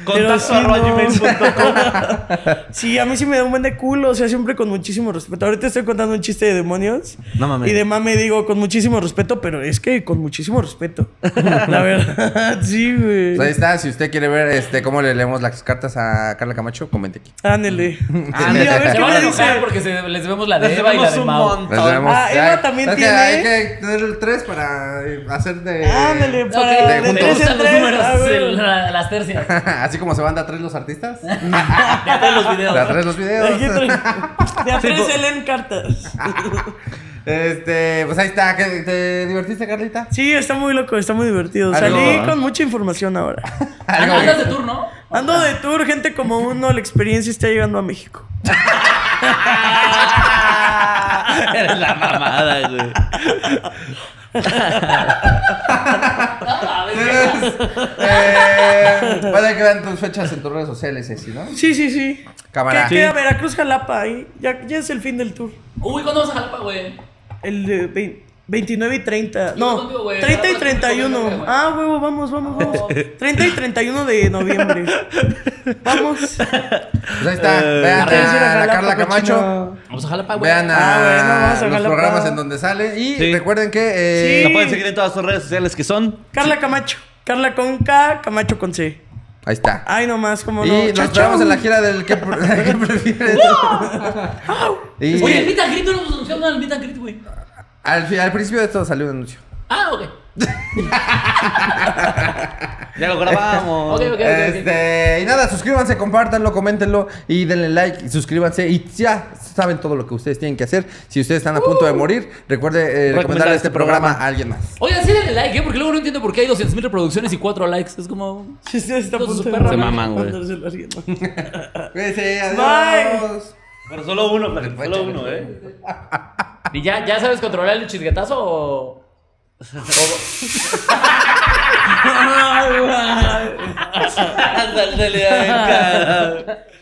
S3: Pero
S4: Contacto
S3: sí,
S4: arroba
S3: no.
S4: gmail.com.
S3: Sí, a mí sí me da un buen de culo, o sea, siempre con muchísimo respeto. Ahorita estoy contando un chiste de demonios.
S4: No mames.
S3: Y de mame digo con muchísimo respeto, pero es que con muchísimo respeto. La verdad, sí,
S2: Pues ahí
S3: güey.
S2: está, si usted quiere ver este cómo le leemos las cartas a Carla Camacho, comente aquí.
S3: Ándele.
S2: Ah,
S3: Sí, a ver
S5: Se
S3: qué
S5: van a
S3: me dice.
S5: enojar porque se- les debemos la
S4: Les
S5: de Eva y la
S4: debemos
S5: de
S4: un
S5: Mao.
S2: Les
S4: montón.
S2: leemos-
S3: Ah, Eva
S2: hay-
S3: también
S2: es que
S3: tiene-
S2: Hay que tener el 3 para eh, hacer de.
S3: Ándale,
S5: Ok,
S3: para
S2: de
S3: de
S5: me
S2: juntos.
S3: tres en
S5: gustan los
S3: tres,
S5: números,
S3: a ver.
S5: el- la- las tercias.
S2: Así como se van de a 3 los artistas. De
S5: De atrás los
S2: a
S5: videos.
S2: 3 los videos.
S3: Aquí pues- tra- De a tres se leen cartas.
S2: Este, pues ahí está. ¿Qué- ¿Te divertiste, Carlita?
S3: Sí, está muy loco, está muy divertido.
S2: Algo-
S3: Salí con mucha información ahora.
S2: Algo
S5: Andas Ah, de
S2: que-
S5: turno.
S3: Ando de tour, gente como uno, la experiencia está llegando a México.
S4: Eres la mamada, güey.
S5: Ah,
S2: Entonces, eh, Para que vean tus fechas en tus redes sociales, así, ¿no?
S3: Sí, sí, sí.
S2: Cámara.
S3: Que queda Veracruz, Jalapa ahí. Ya, ya es el fin del tour.
S5: Uy, ¿cuándo vas a Jalapa, güey?
S3: El eh, vein- 29 y 30. No,
S5: contigo, güey.
S3: 30
S5: Ahora
S3: y
S5: sí, contigo,
S3: 31.
S5: güey.
S3: Ah, huevo, vamos, vamos, vamos. 30 y 31 de noviembre. Vamos.
S2: Pues ahí está.
S3: Hay que decir a
S2: Vean a la
S3: Jalapa,
S2: Carla Camacho.
S3: cochino.
S5: Vamos a Jalapa, güey.
S2: Vean
S3: Ah, bueno,
S2: a
S3: vamos
S2: los
S3: a Jalapa.
S2: programas en donde sale. Y
S4: Sí.
S2: recuerden que. eh,
S4: La
S3: Sí.
S4: pueden seguir en todas sus redes sociales que son.
S3: Carla Camacho. Carla con K, Camacho con C.
S2: Ahí está.
S3: Ay, nomás, como
S2: Y
S3: no. Chao,
S2: nos vemos
S3: chao.
S2: en la gira del que, que prefieres. y
S5: Oye, el Meet and Greet no nos anunciaron el Meet and Greet, güey.
S2: al, fi- al principio de esto salió un anuncio.
S5: Ah, ok.
S4: Ya lo grabamos.
S5: Ok, ok, ok, ok.
S2: Este, y nada, suscríbanse, compártanlo, coméntenlo y denle like y suscríbanse. Y ya saben todo lo que ustedes tienen que hacer. Si ustedes están a punto de morir, recuerde eh, recomendar este programa, a alguien más.
S5: Oigan, sí denle like, ¿eh? Porque luego no entiendo por qué hay 200.000 reproducciones y 4 likes. Es como...
S3: Sí, sí, está a
S5: Todos
S3: punto
S5: sus
S3: de-
S5: perros, Se
S4: maman, güey.
S3: Mandárselo a alguien más.
S2: Cuídense,
S3: adiós.
S4: Pero solo uno, Flaco, solo uno, ¿eh?
S5: ¿Y ya, ya sabes controlar el chisguetazo o...?
S3: Ay, güey.
S4: Ándale, en cara.